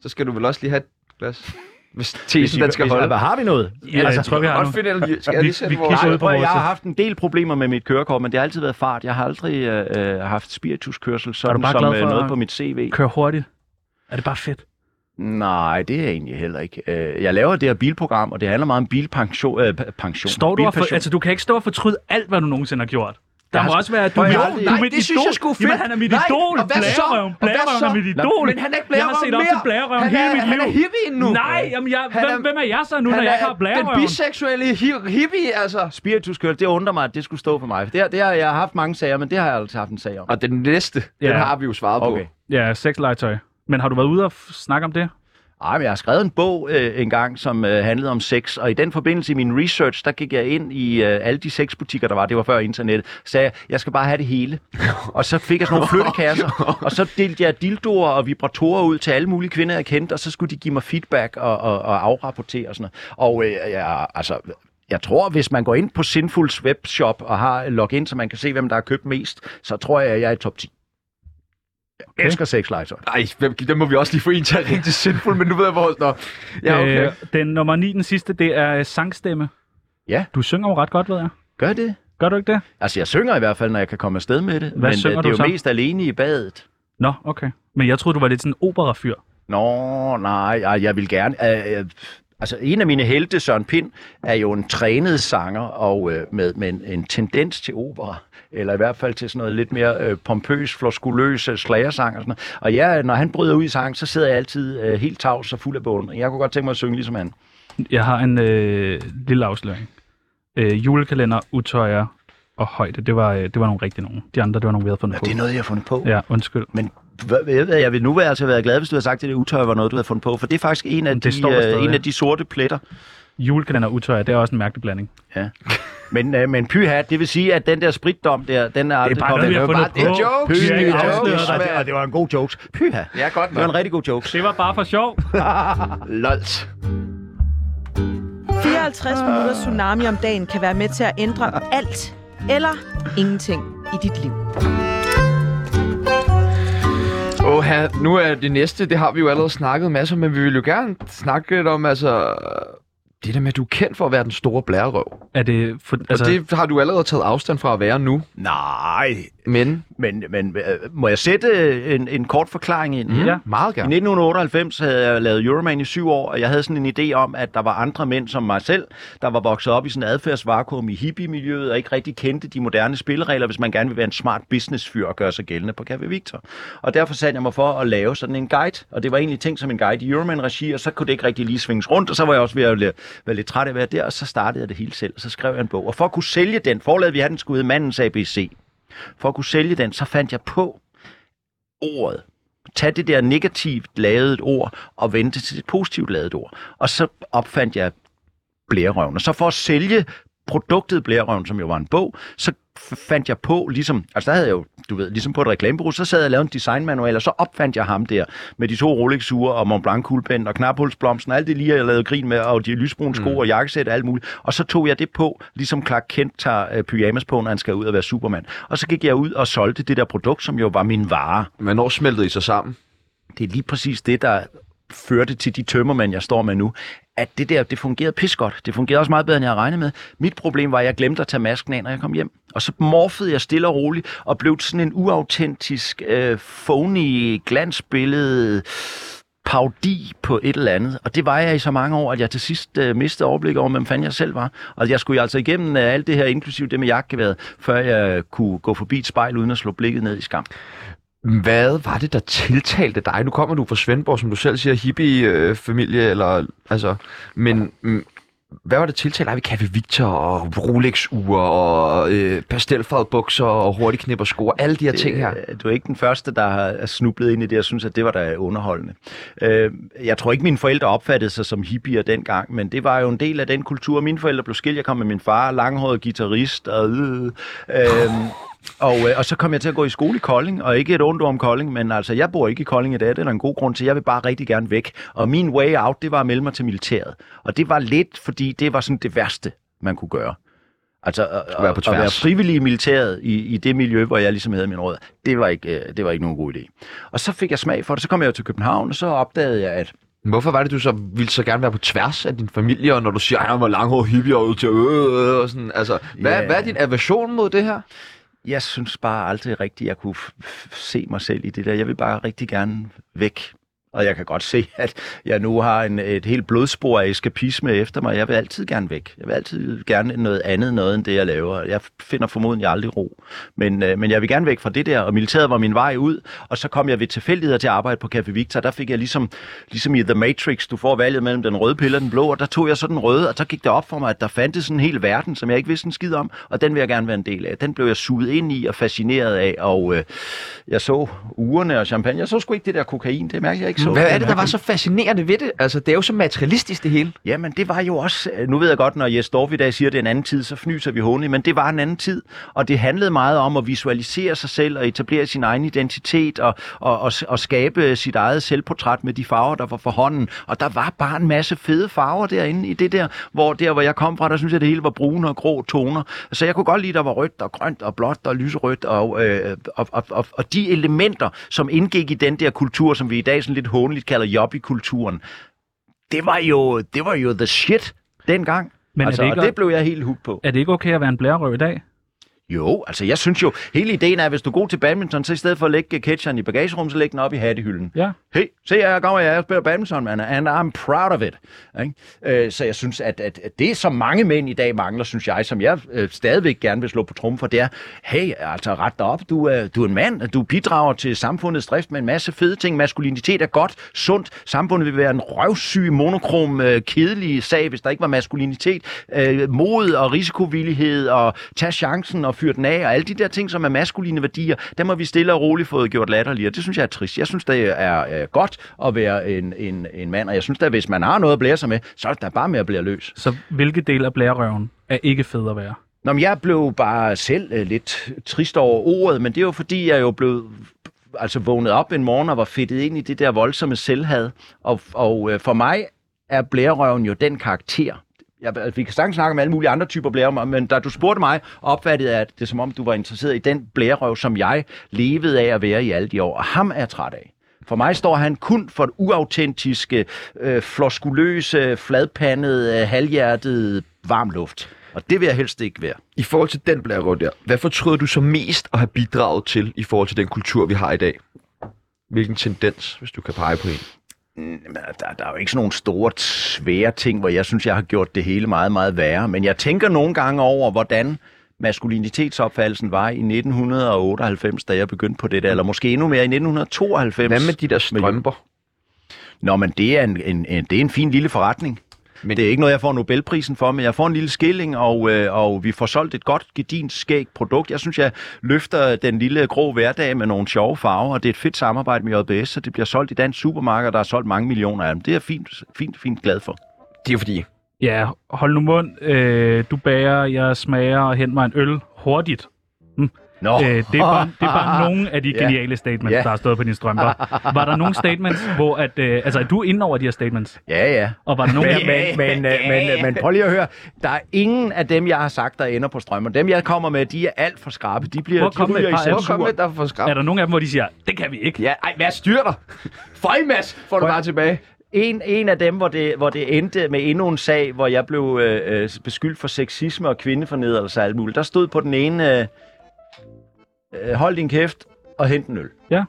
A: så skal du vel også lige have et glas. Hvis tesen, den skal holde.
C: Hvad har vi noget?
D: Ja, altså, jeg tror, vi har
A: Godt
D: nu.
A: finde, eller skal jeg
D: Vi-
A: lige sætte
D: vi
A: vores...
D: kigger ud. på
C: Prøv, at- jeg
D: vores-
C: har haft en del problemer med mit kørekort, men det har altid været fart. Jeg har aldrig øh, øh, haft spirituskørsel sådan
D: bare
C: som
D: glad
C: øh,
D: for at-
C: noget på mit CV.
D: Kør hurtigt. Er det bare fedt?
C: Nej, det er jeg egentlig heller ikke. Øh, Jeg laver det her bilprogram, og det handler meget om bilpension. Øh, pa- pension.
D: Står du og for,
C: Bilpension.
D: altså, du kan ikke stå og fortryde alt, hvad du nogensinde har gjort. Der
C: Jeg
D: må
C: har-
D: også være, du,
C: Prøv,
D: er-
C: jeg
D: du,
C: har
D: er
C: aldrig- Nej,
D: mit
A: det synes
D: idol.
A: jeg sgu er fedt.
D: Jamen, han er mit
A: Nej,
D: idol.
A: og hvad så?
D: Blærerøven.
A: Og hvad
D: Blærerøven
A: så?
D: er mit
A: Nå,
D: idol.
A: men han er ikke
D: Jeg har set
A: blærerøven
D: op til
A: mere.
D: blærerøven
A: Han
D: hele
A: er-
D: mit
A: han
D: liv.
A: er hippie endnu.
D: Nej, jamen, jeg,
A: Han
D: hvem,
A: er-
D: hvem er jeg så nu, når
A: Han
D: jeg har
A: er den
D: blærerøven?
A: biseksuelle hi- hippie, altså.
C: Spirituskørsel, det undrer mig, at det skulle stå for mig. Det, har- det har, jeg har haft mange sager, men det har jeg aldrig haft en sag om.
A: Og den næste, den
D: Ja.
A: har vi jo svaret på.
C: Okay.
D: Ja, sexlegetøj. Men har du været ude og f- snakke om det?
C: Ej, Ah, men jeg har skrevet en bog øh, en gang, som øh, handlede om sex, og i den forbindelse i min research, der gik jeg ind i øh, alle de sexbutikker, der var, det var før internettet, sagde jeg, jeg skal bare have det hele. Og så fik jeg sådan nogle flyttekasser, og så delte jeg dildoer og vibratorer ud til alle mulige kvinder, jeg kendte, og så skulle de give mig feedback og, og, og afrapportere og sådan noget. Og øh, jeg, altså, jeg tror, hvis man går ind på Sinfuls webshop og har login, så man kan se, hvem der har købt mest, så tror jeg, at jeg er i top 10. Jeg okay. elsker sexlegetøj.
A: Ej, hvem, den må vi også lige få en til at ringe til Sinful, men nu ved jeg, hvor... Nå. Ja, okay.
D: Øh, den nummer 9, den sidste, det er øh, sangstemme.
C: Ja.
D: Du synger jo ret godt, ved jeg.
C: Gør det?
D: Gør du ikke det?
C: Altså, jeg synger i hvert fald, når jeg kan komme afsted med det. men øh,
D: synger
C: det
D: du
C: er jo
D: så?
C: mest alene i badet.
D: Nå, okay. Men jeg troede, du var lidt sådan en operafyr.
C: Nå, nej, ej, jeg vil gerne... Øh, øh, altså, en af mine helte, Søren Pind, er jo en trænet sanger, og øh, med, med en, en tendens til opera, eller i hvert fald til sådan noget lidt mere øh, pompøs, floskuløs øh, slagersang og sådan noget. Og jeg, når han bryder ud i sang, så sidder jeg altid øh, helt tavs og fuld af beundring. Jeg kunne godt tænke mig at synge ligesom han.
D: Jeg har en øh, lille afsløring. Øh, julekalender, utøjer og højde, det var, øh, det var nogle rigtige nogen. De andre, det var nogle, vi havde fundet
C: Ja,
D: på.
C: det er noget, jeg har fundet på.
D: Ja, undskyld.
C: Men hvad- hvad- hvad- jeg vil nu være, altså være glad, hvis du havde sagt, at det utøj var noget, du havde fundet på, for det er faktisk en af,
D: Det
C: de,
D: står der
C: øh,
D: stadig.
C: en af de sorte pletter.
D: Julekalender, utøjer, det er også en mærkelig blanding.
C: Men, øh, men pyha, det vil sige, at den der spritdom der, den er aldrig
D: bare
C: kommet.
D: noget, vi har fundet
A: det er
D: på.
A: jokes.
D: Vi har ikke
A: Det er
D: afsløret
A: jokes,
D: dig.
A: mand.
C: og det var en god jokes. Pyha.
A: Ja, godt
C: Det var
A: nok.
C: en rigtig god jokes.
D: Det var bare for sjov. Øh.
A: Lols.
E: 54 minutter tsunami om dagen kan være med til at ændre alt eller ingenting i dit liv.
A: Åh, nu er det næste, det har vi jo allerede snakket masser, men vi vil jo gerne snakke lidt om, altså... Det der med, at du er kendt for at være den store blærerøv.
D: Er det for,
A: Altså, og det har du allerede taget afstand fra at være nu.
C: Nej,
A: Men
C: Men, men øh, må jeg sætte øh, en, en kort forklaring ind? her?
D: Ja.
A: meget
C: I
A: gerne.
C: 1998 havde jeg lavet Euroman i syv år, og jeg havde sådan en idé om, at der var andre mænd som mig selv, der var vokset op i sådan en adfærdsvakuum i hippie-miljøet, og ikke rigtig kendte de moderne spilleregler, hvis man gerne vil være en smart businessfyr og gøre sig gældende på Café Victor. Og derfor satte jeg mig for at lave sådan en guide, og det var egentlig ting som en guide i Euroman-regi, og så kunne det ikke rigtig lige svinges rundt, og så var jeg også ved at la- være lidt træt af at være der, og så startede jeg det hele selv, og så skrev jeg en bog. Og for at kunne sælge den, forladet vi havde den skulle hedde Mandens ABC. For at kunne sælge den, så fandt jeg på ordet tage det der negativt lavet ord og vende det til et positivt lavet ord. Og så opfandt jeg blærerøven. Og så for at sælge produktet blærerøven, som jo var en bog, så f- fandt jeg på, ligesom, altså der havde jeg jo, du ved, ligesom på et reklamebureau, så sad jeg og lavede en designmanual, og så opfandt jeg ham der, med de to Rolex-ure og Mont blanc kuglepen og knaphulsblomsten, og alt det lige, jeg lavede grin med, og de lysbrune sko og jakkesæt og alt muligt. Og så tog jeg det på, ligesom Clark Kent tager øh, pyjamas på, når han skal ud og være Superman. Og så gik jeg ud og solgte det der produkt, som jo var min vare.
A: Hvornår smeltede I så sammen?
C: Det er lige præcis det, der førte til de tømmermænd, jeg står med nu, at det der, det fungerede pisgodt. Det fungerede også meget bedre, end jeg havde regnet med. Mit problem var, at jeg glemte at tage masken af, når jeg kom hjem. Og så morfede jeg stille og roligt, og blev sådan en uautentisk, øh, phony, glansbillede paudi på et eller andet. Og det var jeg i så mange år, at jeg til sidst øh, mistede overblik over, hvem fanden jeg selv var. Og jeg skulle jo altså igennem øh, alt det her, inklusive det med jagtgeværet, før jeg øh, kunne gå forbi et spejl, uden at slå blikket ned i skam.
A: Hvad var det, der tiltalte dig? Nu kommer du fra Svendborg, som du selv siger, hippie-familie, eller altså... Men mm, hvad var det tiltalte dig ved Café Victor og Rolex-ure og øh, pastelfarvede bukser og hurtige knip og sko og alle de her ting her?
C: Øh, Du er ikke den første, der har er snublet ind i det og synes, at det var da underholdende. Øh, Jeg tror ikke, mine forældre opfattede sig som hippier dengang, men det var jo en del af den kultur. Mine forældre blev skilt. Jeg kom med min far, langhåret guitarist og... Øh, øh, og, øh, og så kom jeg til at gå i skole i Kolding, og ikke et ondt ord om Kolding, men altså, jeg bor ikke i Kolding i dag, det er der en god grund til, jeg vil bare rigtig gerne væk. Og min way out, det var at melde mig til militæret. Og det var lidt, fordi det var sådan det værste, man kunne gøre. Altså at,
A: være på
C: at være
A: tværs.
C: frivillig i militæret i, i det miljø, hvor jeg ligesom havde min råd, det var, ikke, øh, det var ikke nogen god idé. Og så fik jeg smag for det, så kom jeg jo til København, og så opdagede jeg, at
A: Hvorfor var det, du så ville så gerne være på tværs af din familie, og når du siger, at jeg var langhåret hippie og ud til øh, øh, og sådan, altså, hvad,
C: Ja.
A: hvad er din aversion mod det her?
C: jeg synes bare aldrig rigtigt, jeg kunne f- f- se mig selv i det der. Jeg vil bare rigtig gerne væk. Og jeg kan godt se, <laughs> at jeg nu har en, et helt blodspor af eskapisme efter mig. Jeg vil altid gerne væk. Jeg vil altid gerne noget andet, noget end det, jeg laver. Jeg finder formodentlig aldrig ro. Men, øh, men jeg vil gerne væk fra det der, og militæret var min vej ud. Og så kom jeg ved tilfældigheder til at arbejde på Café Victor. Der fik jeg ligesom, ligesom i The Matrix, du får valget mellem den røde pille og den blå, og der tog jeg så den røde, og så gik det op for mig, at der fandtes sådan en hel verden, som jeg ikke vidste en skid om, og den vil jeg gerne være en del af. Den blev jeg suget ind i og fascineret af, og øh, jeg så ugerne og champagne. Jeg så sgu ikke det der kokain, det mærker jeg ikke så.
A: Hvad er det,
C: mærkede
A: der var så fascinerende ved det? Altså, det er jo så materialistisk det hele.
C: Jamen, det var jo også... øh, Nu ved jeg godt, når Jes Dorf i dag siger, at det er en anden tid, så fnyser vi håndelig, men det var en anden tid, og det handlede meget om at visualisere sig selv og etablere sin egen identitet og, og, og, og skabe sit eget selvportræt med de farver, der var for hånden. Og der var bare en masse fede farver derinde i det der, hvor der, hvor jeg kom fra, der synes jeg, det hele var brune og grå toner. Så jeg kunne godt lide, at der var rødt og grønt og blåt og lyserødt, og, øh, og, og, og, og de elementer, som indgik i den der kultur, som vi i dag sådan lidt håndeligt kalder jobbikulturen, det var jo, det var jo the shit dengang.
D: Men er
C: altså,
D: det ikke
C: og
D: o-
C: det blev jeg helt hooked på.
D: Er det ikke okay at være en blærerøv i dag?
C: Jo, altså jeg synes jo, hele ideen er, at hvis du er god til badminton, så i stedet for at lægge ketcheren i bagagerummet, så læg den op i hattehylden.
D: Ja.
C: Hey, se, jeg kommer, jeg spiller badminton, man, and I'm proud of it. Ikke? Øh, så jeg synes, at, at, at det, som mange mænd i dag mangler, synes jeg, som jeg øh, stadigvæk gerne vil slå på trummen for, det er, hey, altså ret dig op, du er, du er en mand, og du bidrager til samfundets drift med en masse fede ting. Maskulinitet er godt, sundt. Samfundet vil være en røvsyg, monokrom, øh, kedelig sag, hvis der ikke var maskulinitet. Øh, mod og risikovillighed og tage chancen og fyre den af, og alle de der ting, som er maskuline værdier, dem har vi stille og roligt fået gjort latterlige, og det synes jeg er trist. Jeg synes, det er øh, godt at være en, en, en mand, og jeg synes da, hvis man har noget at blære sig med, så er det da bare med at blære løs.
D: Så hvilke del af blærerøven er ikke fed at være?
C: Nå, men jeg blev bare selv øh, lidt trist over ordet, men det er jo fordi, jeg jo blev altså vågnet op en morgen og var fedtet ind i det der voldsomme selvhad. Og, og øh, for mig er blærerøven jo den karakter. Jeg, altså, vi kan sagtens snakke om alle mulige andre typer blærerøv, men da du spurgte mig, opfattede jeg at det, er som om du var interesseret i den blærerøv, som jeg levede af at være i alle de år. Og ham er jeg træt af. For mig står han kun for det uautentiske, øh, floskuløse, fladpandede, halvhjertede øh, varm luft. Og det vil jeg helst ikke være.
A: I forhold til den blærerøv der, hvad fortryder du så mest at have bidraget til i forhold til den kultur, vi har i dag? Hvilken tendens, hvis du kan pege på en?
C: Mm, Der, der er jo ikke sådan nogle store, svære ting, hvor jeg synes, jeg har gjort det hele meget, meget værre. Men jeg tænker nogle gange over, hvordan maskulinitetsopfattelsen var i 1998, da jeg begyndte på det der, eller måske endnu mere i 1992.
A: Hvad med de der strømper?
C: Nå, men det er en, en, en, det er en fin lille forretning.
A: Men-
C: Men... Det er ikke noget, jeg får Nobelprisen for, men jeg får en lille skilling, og, øh, og vi får solgt et godt, gedint, skægt produkt. Jeg synes, jeg løfter den lille grå hverdag med nogle sjove farver, og det er et fedt samarbejde med JBS, så det bliver solgt i dansk supermarked, og der er solgt mange millioner af dem. Det er jeg fint, fint, fint glad for.
A: Det er jo fordi,
D: Ja, hold nu mund. Øh, du bager, jeg smager og henter mig en øl hurtigt.
C: Nå,
D: Oh. Øh, det, er bare, det er bare nogle af de
C: Ja.
D: geniale statements,
C: Ja.
D: der har stået på dine strømper. Var der nogle statements, hvor at... Øh, altså, er du inde over de her statements?
C: <laughs> ja, ja.
D: Og var der nogle...
C: Men, men, men, øh, men, øh, men prøv lige at høre, der er ingen af dem, jeg har sagt, der ender på strømmen. Dem, jeg kommer med, de er alt for skarpe. De bliver,
D: Prøv
C: de
D: at komme med et
C: ryger i
D: par af dem.
A: hvor kom
C: censur.
A: det der for
D: Er
A: skræmt?
D: der nogle af dem, hvor de siger, det kan vi ikke?
A: Ja, ej, Mads, styr dig! Føj, Mads! Får du
C: Prøv-
A: bare tilbage.
C: En, en af dem, hvor det, hvor det endte med endnu en sag, hvor jeg blev øh, øh, beskyldt for sexisme og kvindefornedrelse og alt muligt. Der stod på den ene, øh, øh, hold din kæft og hent en øl.
D: Ja.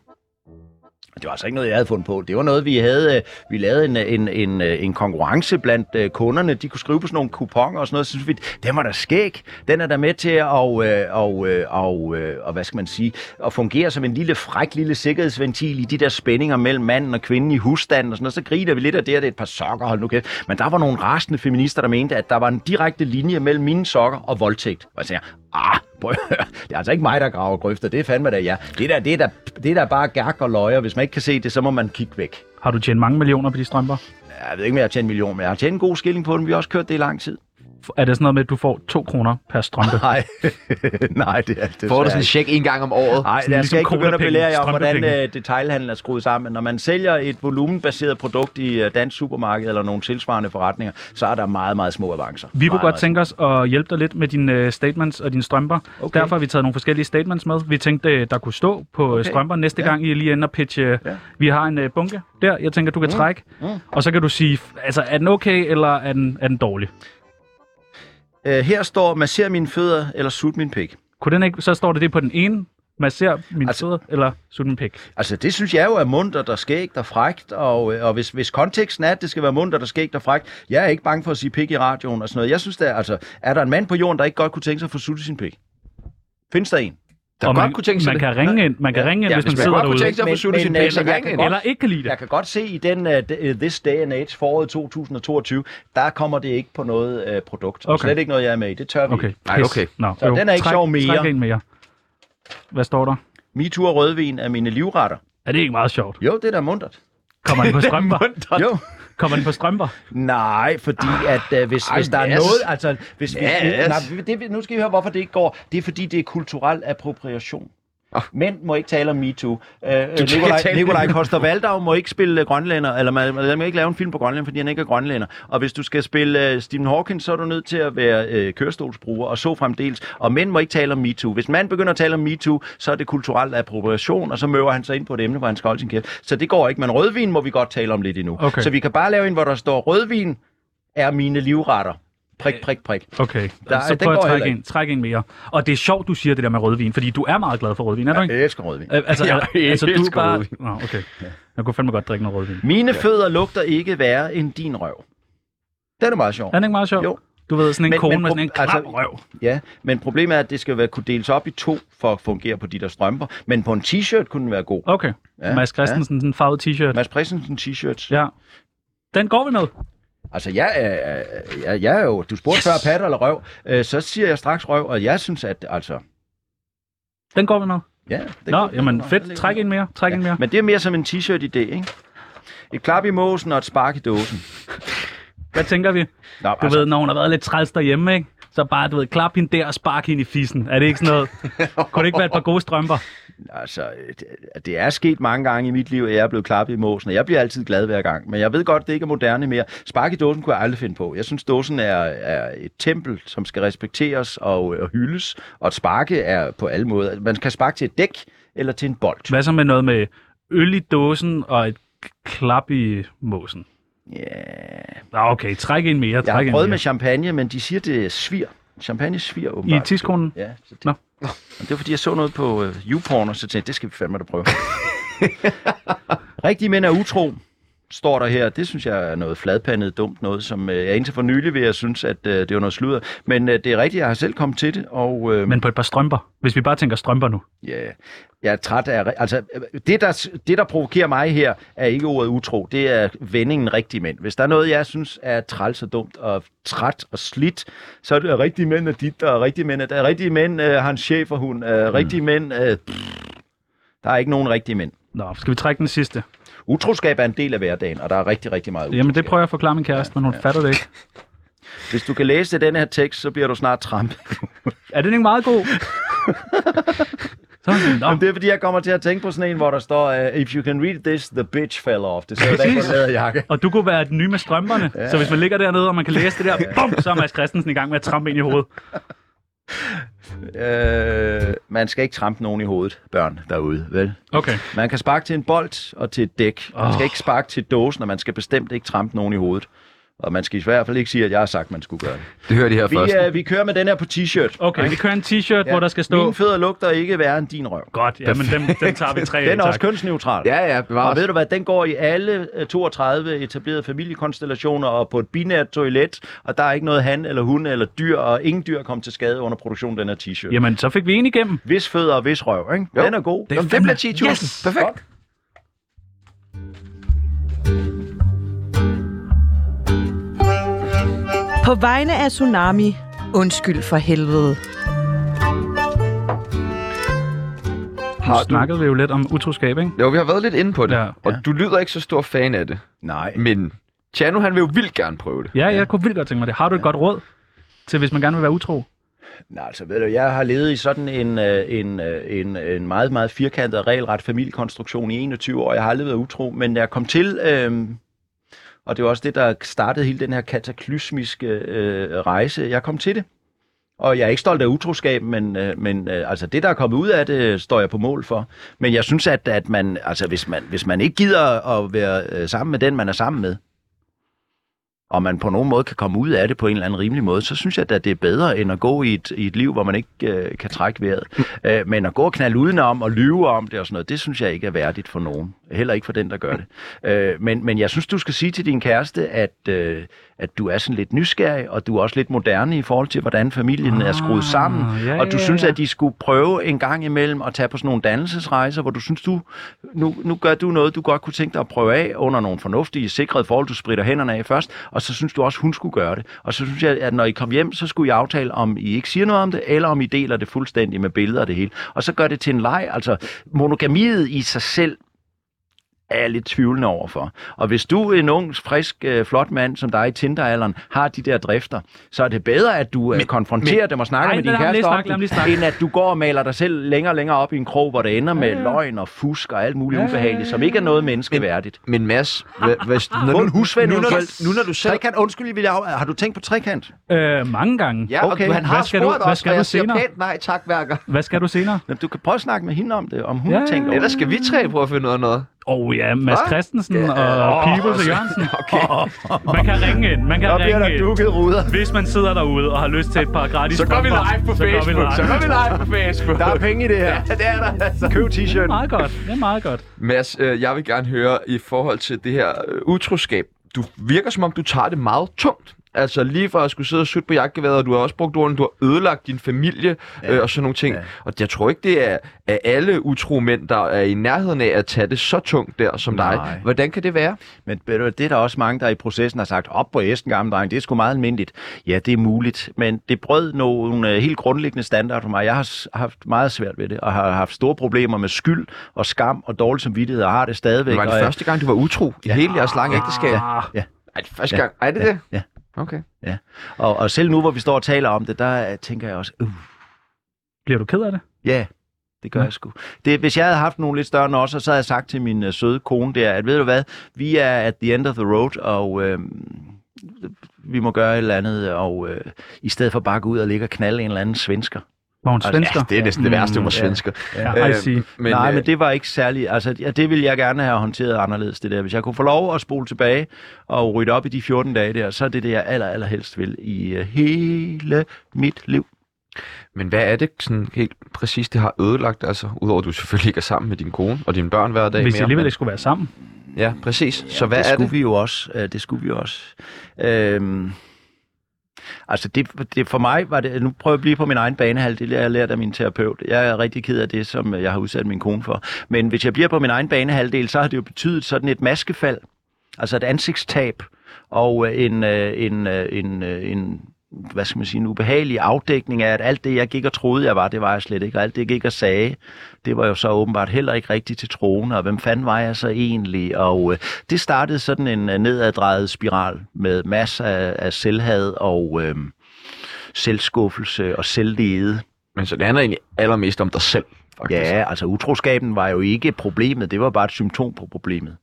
C: Det var altså ikke noget, jeg havde fundet på. Det var noget, vi havde. øh, Vi lavede en, øh, en, en, øh, en konkurrence blandt øh, kunderne. De kunne skrive på sådan nogle kuponer og sådan noget. Så synes vi, den var da skæg. Den er da med til at, og, øh, og, øh, og, øh, og, hvad skal man sige, at fungere som en lille fræk lille sikkerhedsventil i de der spændinger mellem manden og kvinden i husstanden og sådan noget. Så griner vi lidt af det, og det er et par sokker, hold nu kæft. Men der var nogle rasende feminister, der mente, at der var en direkte linje mellem mine sokker og voldtægt. Og jeg tænker, ah, prøv at høre. Det er altså ikke mig, der graver grøfter. Det er fandme da jer. Det der, det er da, det er da bare gak og løjer. Hvis man ikke kan se det, så må man kigge væk.
D: Har du tjent mange millioner på de strømper?
C: Jeg ved ikke, om jeg har tjent en million, men jeg har tjent en god skilling på den. Vi har også kørt det i lang tid.
D: Er det sådan noget med, at du får 2 kroner per
C: <laughs>
D: strømpe?
C: Nej, nej, det er det.
A: Får du sådan en check en gang om året?
C: Nej,
D: Sådan
C: lad os
D: ligesom
C: ikke begynde at
D: coronapenge,
C: belære jer om, hvordan
D: strømpepenge.
C: øh, detailhandlen er skruet sammen. Når man sælger et volumenbaseret produkt i øh, dansk supermarked eller nogle tilsvarende forretninger, så er der meget, meget små avancer.
D: Vi kunne
C: Meget,
D: godt
C: meget
D: tænke os at hjælpe dig lidt med dine øh, statements og dine strømper. Okay.
C: Okay.
D: Derfor har vi taget nogle forskellige statements med. Vi tænkte, øh, der kunne stå på okay.
C: Okay.
D: strømper næste
C: Ja.
D: gang, I er lige ender og pitche. øh,
C: Ja. Mm.
D: Vi har en øh, bunke der, jeg tænker, du kan trække. Og så kan du sige, f- altså, er den okay, eller er den, er den dårlig?
C: Øh, her står, masser mine fødder eller sut min pik.
D: Kunne den ikke, så står det det på den ene, masser min altså,
C: Altså-
D: fødder, eller sut min pik.
C: Altså, det synes jeg jo er mundt, der skægt og frægt, og, øh, og hvis, hvis konteksten er, at det skal være mundt, der skægt og frægt, jeg er ikke bange for at sige pik i radioen og sådan noget. Jeg synes, der, altså, er der en mand på jorden, der ikke godt kunne tænke sig at få suttet sin pik? Findes der en?
A: Der
D: og
A: godt
D: man,
A: kunne tænke sig
D: man
A: det.
D: kan ringe ind, man kan ringe ind,
A: Ja,
D: hvis man
A: hvis man
D: sidder
A: godt kunne
D: derude.
A: tænke sig at få
C: Men-
A: suttet sin
C: men,
A: pik,
C: øh,
A: så
C: jeg
A: ring
C: kan
A: ind.
C: godt-
D: Eller ikke kan lide det.
C: Jeg kan godt se i den uh, This Day and Age foråret 2022, der kommer det ikke på noget uh, produkt. Okay. Og
D: Okay.
C: slet ikke noget, jeg er med i. Det tør vi
D: Okay.
C: ikke.
A: Ej,
D: pis.
A: okay.
D: Nå,
C: Så
D: jo.
C: den er ikke
D: træk,
C: sjov mere.
D: Træk en mere. Hvad står der?
C: MeToo og rødvin er mine livretter.
D: Er det ikke meget sjovt?
C: Jo, det er da mundret.
D: Kommer den på strømper?
C: Jo.
D: Kommer den på strømper?
C: Nej, fordi at øh, hvis,
A: Ej,
C: hvis der er
A: Mads.
C: noget, altså hvis vi,
A: Mads.
C: nej, det, nu skal I høre hvorfor det ikke går. Det er fordi det er kulturel appropriation.
A: Ah.
C: Mænd må ikke tale om MeToo. Øh,
A: Du skal
C: Nikolaj,
A: tale-
C: Nikolaj Koster Valdau må ikke spille øh, grønlænder, eller man, man må ikke lave en film på Grønland, fordi han ikke er grønlænder. Og hvis du skal spille øh, Stephen Hawking, så er du nødt til at være øh, kørestolsbruger, og så fremdeles. Og mænd må ikke tale om MeToo. Hvis en mand begynder at tale om MeToo, så er det kulturel appropriation, og så møver han sig ind på et emne, hvor han skal holde sin kæft. Så det går ikke, men rødvin må vi godt tale om lidt endnu.
D: Okay.
C: Så vi kan bare lave en, hvor der står rødvin, er mine livretter. Prik, prik, prik.
D: Okay,
C: Der-
D: der, så
C: den
D: prøv at
C: går heller
D: trække
C: ikke.
D: en, træk en mere. Og det er sjovt, du siger det der med rødvin, fordi du er meget glad for rødvin, er du ikke?
C: Jeg elsker <laughs> rødvin.
D: Øh, altså,
A: jeg
D: er- altså, du er
A: elsker
D: bare...
A: rødvin.
D: Nå, okay. Jeg kunne fandme godt drikke noget rødvin.
C: Mine fødder lugter ikke værre end din røv. Den er meget sjov.
D: Er den ikke meget sjov?
C: Jo.
D: Du ved, sådan en
C: Men-
D: kone
C: men
D: med sådan
C: prob-
D: en kram
C: altså-
D: røv.
C: Ja, men problemet er, at det skal være, kunne deles op i to for at fungere på de der strømper. Men på en t-shirt kunne den være god.
D: Okay. Ja,
C: Ja,
D: Mads Christensen, sådan en farvet t-shirt.
C: Mads Christensen t-shirts.
D: Ja. Den går vi med.
C: Altså, jeg er, jeg, jeg er jo... Du spurgte yes. før pat eller røv. Øh, så siger jeg straks røv, og jeg synes, at... Altså,
D: Den går vi med.
C: ja, det
D: Nå,
C: kunne-
D: jamen
C: der ligger
D: fedt. Træk en mere. Træk en mere.
C: Men det er mere som en t-shirt-idé, ikke? Et klap i måsen og et spark i dåsen.
D: Hvad tænker vi?
C: Nå, altså,
D: Du ved, når hun har været lidt træls derhjemme, ikke? Så bare, du ved, klap hende der og spark hende i fissen. Er det ikke sådan
C: <laughs>
D: noget? Kunne det ikke være et par gode strømper?
C: Altså, det, det er sket mange gange i mit liv, at jeg er blevet klappet i måsen, og jeg bliver altid glad hver gang. Men jeg ved godt, det ikke er moderne mere. Spark i dåsen kunne jeg aldrig finde på. Jeg synes, dåsen er, er et tempel, som skal respekteres og, øh, og hyldes, og at sparke er på alle måder. Man kan sparke til et dæk eller til en bold.
D: Hvad så med noget med øl i dåsen og et k- klap i måsen?
C: Ja.
D: Ah, okay, træk en mere. Træk
C: Jeg har
D: en
C: prøvet
D: mere.
C: med champagne, men de siger, det svir. Champagne sviger
D: I
C: åbenbart.
D: tidskonen?
C: Ja, så det,
D: Mm. Nå.
C: Og det var fordi, jeg så noget på øh, YouPorn, og så tænkte jeg, det skal vi fandme da
D: <laughs>
C: prøve. Rigtige mænd er utro, står der her. Det synes jeg er noget fladpandet, dumt noget, som øh, jeg indtil for nylig ved, jeg synes, at øh, det var noget sludder. Men øh, det er rigtigt, jeg har selv kommet til det, og øh,
D: Men på et par strømper. Hvis vi bare tænker strømper nu.
C: ja, jeg er træt af... Altså, øh, det der, det, der provokerer mig her, er ikke ordet utro, det er vendingen rigtige mænd. Hvis der er noget, jeg synes er træls og dumt og træt og slidt, så er det rigtige mænd er dit, og rigtige mænd er der. Rigtige mænd øh, har en chef og hun.
D: Mm.
C: Øh, rigtige mænd... Øh, pff, der er ikke nogen rigtige mænd.
D: Nå, skal vi trække den sidste?
C: Utroskab er en del af hverdagen, og der er rigtig, rigtig meget
D: Jamen, det
C: utroskab.
D: prøver jeg at forklare min kæreste, men hun fatter det ikke.
C: Hvis du kan læse den her tekst, så bliver du snart tramp.
D: Er den ikke meget god? Så er hun sådan, Nå,
C: Jamen, det er fordi, jeg kommer til at tænke på sådan en, hvor der står, uh, if you can read this, the bitch fell off. Det står der ikke på den jakke.
D: Og du kunne være den nye med strømperne. Ja. Så hvis man ligger dernede, og man kan læse det der, bum, så er Mads Christensen i gang med at trampe ind i hovedet.
C: Øh, man skal ikke trampe nogen i hovedet, børn derude, vel?
D: Okay.
C: Man kan sparke til en bold og til et dæk. Man skal ikke sparke til dåsen, og man skal bestemt ikke trampe nogen i hovedet. Og man skal i hvert fald ikke sige, at jeg har sagt, at man skulle gøre det.
A: Det hører de her først.
C: Vi, øh, vi kører med den her på t-shirt.
D: Okay, vi kører en t-shirt, ja. hvor der skal stå...
C: Mine fødder lugter ikke værre end din røv.
D: Godt, ja, men dem, dem tager vi tre af,
C: Den er også
D: tak.
C: kønsneutral.
A: Ja, ja,
C: Og
A: bevares.
C: ved du hvad, den går i alle øh, 32 etablerede familiekonstellationer og på et binært toilet, og der er ikke noget han eller hun eller dyr, og ingen dyr kom til skade under produktionen af den her t-shirt. Yep.
D: Jamen, så fik vi en igennem.
C: Vis fødder og vis røv, ikke?
A: Jo.
C: Den er god.
A: Nå, det
D: fandme-
A: bliver 10.000.
D: Yes!
A: Perfekt.
E: På vegne af Tsunami, undskyld for helvede.
A: Har
D: Nu
A: du-
D: snakkede vi jo lidt om utroskab, ikke?
A: Jo, vi har været lidt inde på det,
D: Ja.
A: ja. og du lyder ikke så stor fan af det,
C: Nej.
A: men Tjano, han vil jo vildt gerne prøve det.
D: Ja, jeg kunne vildt godt tænke mig det. Har du et godt råd til, hvis man gerne vil være utro?
C: Nej, altså ved du, jeg har levet i sådan en, øh, en, øh, en, en meget, meget firkantet og regelret familiekonstruktion i 21 år. Jeg har aldrig været utro, men jeg kom til, øh, og det var også det, der startede hele den her kataklysmiske øh, rejse. Jeg kom til det. Og jeg er ikke stolt af utroskab, men, øh, men øh, altså det, der er kommet ud af det, øh, står jeg på mål for. Men jeg synes, at, at man, altså, hvis, man, hvis man ikke gider at være øh, sammen med den, man er sammen med, og man på nogen måde kan komme ud af det på en eller anden rimelig måde, så synes jeg at det er bedre end at gå i et, i et liv, hvor man ikke øh, kan trække
D: <laughs>
C: vejret. Øh, men at gå og knalde udenom og lyve om det og sådan noget, det synes jeg ikke er værdigt for nogen. Heller ikke for den, der gør
D: <laughs>
C: det. Øh, men, men jeg synes, du skal sige til din kæreste, at, øh, at du er sådan lidt nysgerrig, og du er også lidt moderne i forhold til, hvordan familien er skruet sammen.
D: Ah, ja,
C: og du
D: ja,
C: synes,
D: ja.
C: at de skulle prøve en gang imellem at tage på sådan nogle dannelsesrejser, hvor du synes, du nu, nu gør du noget, du godt kunne tænke dig at prøve af under nogle fornuftige, sikrede forhold. Du spritter hænderne af først, og så synes du også, hun skulle gøre det. Og så synes jeg, at når I kom hjem, så skulle I aftale, om I ikke siger noget om det, eller om I deler det fuldstændig med billeder og det hele. Og så gør det til en leg. Altså, monogamiet i sig selv er jeg lidt tvivlende overfor. Og hvis du, en ung, frisk, øh, flot mand som dig i Tinder-alderen, har de der drifter, så er det bedre, at du men, konfronterer men, dem og snakker
D: Ej,
C: med din
D: lad ham lige
C: kæreste om
D: snakke, lad ham lige
C: det,
D: snakke.
C: end at du går og maler dig selv længere og længere op i en krog, hvor det ender med løgn og fusk og alt muligt ubehageligt, som ikke er noget menneskeværdigt.
A: Men Mads, hvad, hvad, når
C: Få en
A: du,
C: husven,
A: nu, når du,
C: eventuelt.
A: nu når du selv...
C: Trekant, undskyld, Emilie Auer, har du tænkt på trekant?
D: Øh, mange gange.
A: Ja, okay.
C: Okay,
A: og du, han har
D: hvad skal du-
A: spurgt
D: hvad
A: os,
D: skal
A: og
D: du
A: jeg siger
D: senere?
A: pænt nej tak, værker.
D: Hvad skal du senere?
C: Jamen, du kan prøve at snakke med hende om det, om hun
D: Ja,
C: har
D: ja,
C: tænkt over
D: ja.
A: Ellers
C: det.
A: skal vi tre prøve at finde ud af noget.
D: Åh oh, ja, Mads
A: Hva?
D: Christensen og Pibels og Jørgensen. Okay. Man kan ringe ind, man kan
C: Der bliver
D: ringe
C: der
D: ind.
C: dukket ruder.
D: Hvis man sidder derude og har lyst til et par gratis
F: Så går vi
D: strømper,
F: live på
D: så går vi
F: Facebook. Så
D: live.
F: går vi live på Facebook.
C: Der er penge i det her. Ja, det er der. Altså. Køb t-shirt.
D: Meget godt, det er meget godt.
A: Mads, øh, jeg vil gerne høre i forhold til det her øh, utroskab. Du virker som om, du tager det meget tungt. Altså lige fra at skulle sidde og sutte på jagtgeværet, og du har også brugt ordene, du har ødelagt din familie øh, og sådan nogle ting. Og jeg tror ikke, det er, er alle utro mænd, der er i nærheden af at tage det så tungt der som
C: Nej.
A: dig. Hvordan kan det være?
C: Men ved du hvad, det er der også mange, der i processen har sagt, op på æsken, gamle dreng, det er sgu meget almindeligt. Ja, det er muligt, men det brød nogle øh, helt grundlæggende standarder for mig. Jeg har s- haft meget svært ved det, og har haft store problemer med skyld og skam og dårlig samvittighed, og har det stadigvæk.
A: Det var
C: og
A: det
C: jeg-
A: første gang, du var utro i hele jeres lange ægteskab.
D: Ah,
A: Er det første gang? Er det det?
C: ja.
A: Okay.
C: Og, og selv nu, hvor vi står og taler om det, der øh, tænker jeg også, uh,
D: bliver du ked af det?
C: Ja, det gør
D: Nå.
C: jeg sgu. Det, hvis jeg havde haft nogle lidt større nosser, så havde jeg sagt til min øh, søde kone der, at ved du hvad, vi er at the end of the road, og øh, vi må gøre et eller andet, og øh, i stedet for bare gå ud og ligge og knalde en eller anden svensker.
D: Var hun svensker?
A: Ja, det er næsten det værste, hun var
D: Mm, ja.
A: svensker.
D: Ja, I see.
A: men,
C: Nej,
A: øh,
C: men det var ikke særlig... Altså, ja, det ville jeg gerne have håndteret anderledes, det der. Hvis jeg kunne få lov at spole tilbage og rydde op i de 14 dage der, så er det det, jeg aller, aller helst vil i øh, hele mit liv.
A: Men hvad er det sådan helt præcis, det har ødelagt? Altså, udover at du selvfølgelig ikke er sammen med din kone og dine børn hver dag.
D: Hvis de
A: mere,
D: alligevel
A: men-
D: ikke skulle være sammen.
A: Ja, præcis. så hvad
C: det
A: er
C: skulle
A: det?
C: vi jo også. Øh, Det skulle vi også. Øhm, altså, det, det, for mig var det... Nu prøver jeg at blive på min egen banehalvdel. Jeg har lært af min terapeut. Jeg er rigtig ked af det, som jeg har udsat min kone for. Men hvis jeg bliver på min egen banehalvdel, så har det jo betydet sådan et maskefald. Altså et ansigtstab og øh, en, øh, en, øh, en, øh, en hvad skal man sige, en ubehagelig afdækning af, at alt det, jeg gik og troede, jeg var, det var jeg slet ikke. Og alt det, jeg gik og sagde, det var jo så åbenbart heller ikke rigtigt til troen. Og hvem fanden var jeg så egentlig? Og øh, det startede sådan en øh, nedaddrejet spiral med masser af, af selvhad og øh, selvskuffelse og selvlede.
A: Men så det handler egentlig allermest om dig selv, faktisk.
C: Ja, altså utroskaben var jo ikke problemet. Det var bare et symptom på problemet.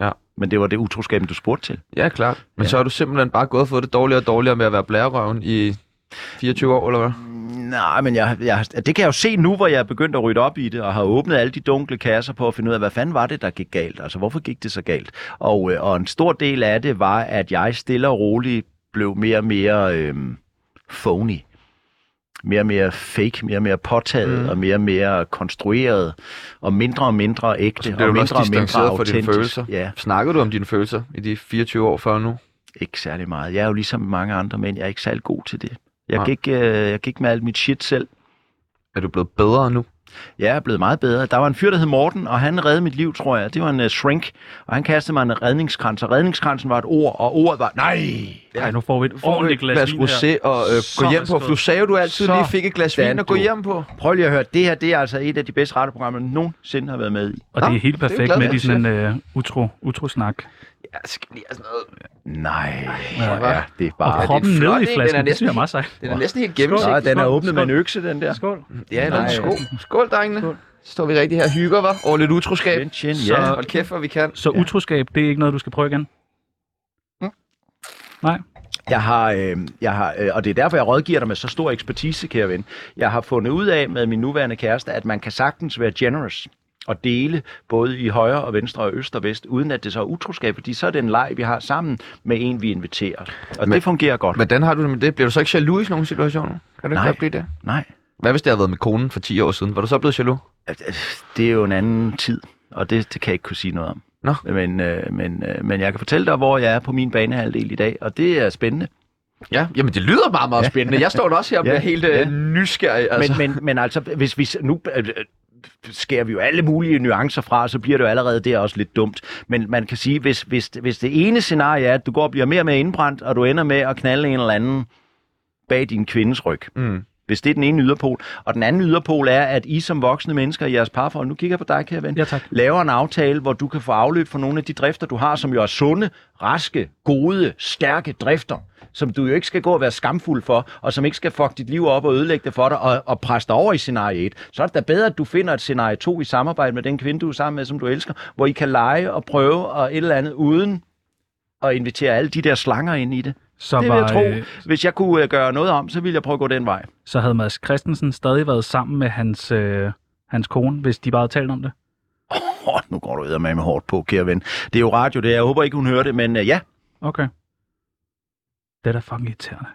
A: Ja.
C: Men det var det utroskaben, du spurgte til.
A: ja klart. Men
C: Ja.
A: ja. så har du simpelthen bare gået og fået det dårligere og dårligere med at være blærerøven i 24 år, eller hvad?
C: Nej, men jeg, jeg, det kan jeg jo se nu, hvor jeg er begyndt at rydde op i det, og har åbnet alle de dunkle kasser på at finde ud af, hvad fanden var det, der gik galt? Altså, hvorfor gik det så galt? Og, øh, og en stor del af det var, at jeg stille og roligt blev mere og mere øh, phony. Mere og mere fake, mere og mere påtaget, mm. og mere og mere konstrueret, og mindre og mindre ægte,
A: Så bliver
C: og
A: du også
C: mindre og mindre
A: distanceret fra dine
C: autentisk.
A: følelser.
C: Ja,
A: Snakker du om dine følelser i de 24 år før nu?
C: ikke særlig meget. Jeg er jo ligesom mange andre mænd, jeg er ikke særlig god til det. Jeg
A: Nej.
C: gik, øh, jeg gik med alt mit shit selv.
A: Er du blevet bedre nu?
C: Ja, jeg er blevet meget bedre. Der var en fyr, der hed Morten, og han reddede mit liv, tror jeg. Det var en uh, shrink, og han kastede mig en redningskrans, og redningskransen var et ord, og ordet var... Nej!
D: Ej, nu får vi et ordentligt glas,
A: glas
D: vin her.
A: rosé og øh, gå
D: Så
A: hjem på.
D: forstået.
A: For du sagde jo, du altid
C: Så
A: lige fik et glas vin
C: fandt
A: og gå
C: du.
A: hjem på.
C: Prøv lige at høre, det her det er altså et af de bedste radioprogrammer, jeg nogensinde har været med i.
D: Og det er helt
A: Nå, det er
D: perfekt
A: glad
D: med
A: for,
D: i sådan en øh, utro, utro-snak.
A: Ja, skal lige have sådan noget.
C: Nej,
D: Ja.
C: hvor er det
D: Og
C: bare...
D: proppen
A: flot en.
D: ned i
A: Den er
D: flasken, det
A: næsten
D: synes jeg er
A: helt-
D: meget sejt.
A: Den er næsten helt
C: Nå,
A: gennemsigtig.
C: den er
D: Skål,
C: åbnet med en
D: skål.
C: økse, den der.
D: Skål.
A: Ja, eller en
C: Nej.
A: skål. Skål, drengene. Skål. Så står vi rigtig her og hygger, var Over lidt utroskab.
C: Chin, chin,
A: Så
C: ja.
A: hold kæft, hvor vi kan.
D: Så utroskab, det er ikke noget, du skal prøve igen? Nej.
C: Jeg har, øh, jeg har, øh, og det er derfor, jeg rådgiver dig med så stor ekspertise, kære ven. Jeg har fundet ud af med min nuværende kæreste, at man kan sagtens være generous og dele både i højre og venstre og øst og vest, uden at det så er utroskab, fordi så er det en leg, vi har sammen med en, vi inviterer. Og Men,
A: Men-
C: det fungerer godt. Men,
A: Hvordan har du det med det? Bliver du så ikke jaloux i sådan nogle situationer? Kan du ikke
C: Nej.
A: godt blive det?
C: Nej,
A: Hvad hvis det havde været med konen for 10 år siden? Var du så blevet jaloux?
C: øh, det er jo en anden tid, og det, det kan jeg ikke kunne sige noget om.
A: Nå.
C: Men, øh, men, øh, men jeg kan fortælle dig, hvor jeg er på min banehalvdel i dag, og det er spændende.
A: Ja, jamen det lyder meget, meget spændende. Jeg står da også her og
C: Ja.
A: bliver helt øh,
C: Ja.
A: nysgerrig. Altså.
C: Men, men, men altså, hvis vi s- nu øh, øh, skærer vi jo alle mulige nuancer fra, så bliver det jo allerede der også lidt dumt. Men man kan sige, hvis, hvis, hvis det ene scenarie er, at du går og bliver mere og mere indbrændt, og du ender med at knalde en eller anden bag din kvindes ryg.
A: Mm.
C: Hvis det er den ene yderpol. Og den anden yderpol er, at I som voksne mennesker i jeres parforhold, nu kigger jeg på dig, kære ven,
D: Ja, tak.
C: laver en aftale, hvor du kan få afløb for nogle af de drifter, du har, som jo er sunde, raske, gode, stærke drifter, som du jo ikke skal gå og være skamfuld for, og som ikke skal fuck dit liv op og ødelægge det for dig og, og presse dig over i scenarie 1. Så er det da bedre, at du finder et scenarie 2 i samarbejde med den kvinde, du er sammen med, som du elsker, hvor I kan lege og prøve og et eller andet uden at invitere alle de der slanger ind i det.
D: Så,
C: det vil jeg
D: var,
C: tro.
D: øh,
C: Hvis jeg kunne øh, gøre noget om, så ville jeg prøve at gå den vej.
D: så havde Mads Christensen stadig været sammen med hans, øh, hans kone, hvis de bare havde talt om det.
C: Åh, nu går du med med hårdt på, kære ven. Det er jo radio, det er. Jeg håber ikke, hun hører det, men øh, ja.
D: Okay. Det er da fucking irriterende.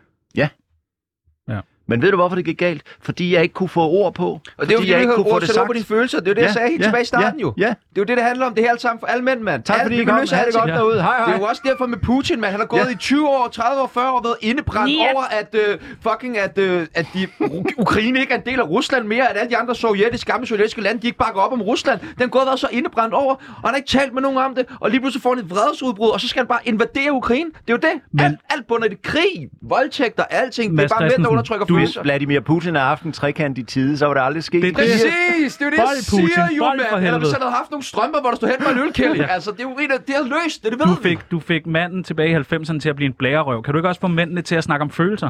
C: Men ved du, hvorfor det gik galt? Fordi jeg ikke kunne få ord på.
A: Og det er jo fordi,
C: jeg
A: du ikke kunne få det sagt. på dine følelser. Det er jo det, jeg sagde helt tilbage i starten
C: ja,
A: jo.
C: Ja,
A: Det er jo det, det handler om. Det her alt sammen for alle mænd, mand.
C: tak
A: Alt,
C: fordi
A: vi
C: I
A: kan
C: kom.
A: løse alt det godt
D: Ja.
A: derude.
C: Hej,
A: Det er jo
C: hej.
A: også derfor med Putin, man. Han har gået
C: Ja.
A: i 20 år, 30 år, 40 år, været indebrændt
E: Ja.
A: over, at øh, fucking, at, øh, at de, Ru- Ukraine ikke er en del af Rusland mere, at alle de andre sovjetiske, gamle sovjetiske lande, de ikke bakker op om Rusland. Den har været så indebrændt over, og han har ikke talt med nogen om det, og lige pludselig får han et vredesudbrud, og så skal han bare invadere Ukraine. Det er jo det.
D: Men-
A: alt, alt bunder i det. Krig, voldtægter, alting. det
D: Mads
A: er bare mænd, der
D: Christensen,
A: undertrykker
D: du-
A: følelser.
C: Hvis Vladimir Putin har haft en trekant i tide, så var det aldrig sket.
D: Det er det.
A: Præcis, det er jo det, jeg
D: Bold, Putin.
A: siger jo,
D: Bold
A: mand.
D: for
A: Eller hvis
D: helvede.
A: han havde haft nogle strømper, hvor der stod hen med en ølkælling.
D: Ja.
A: Altså, det er jo en af, det er løst, det, det ved
D: Du
A: vi.
D: fik, du fik manden tilbage i 90'erne til at blive en blærerøv. Kan du ikke også få mændene til at snakke om følelser?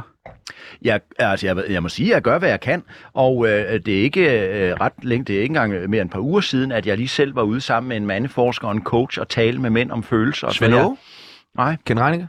C: Jeg, altså, jeg, jeg må sige, at jeg gør, hvad jeg kan, og øh, det er ikke øh, ret længe, det er ikke engang øh, mere end et par uger siden, at jeg lige selv var ude sammen med en mandeforsker og en coach og tale med mænd om følelser.
A: Svend
C: Så jeg-
A: Åge?
C: Nej,
A: Ken Reininger?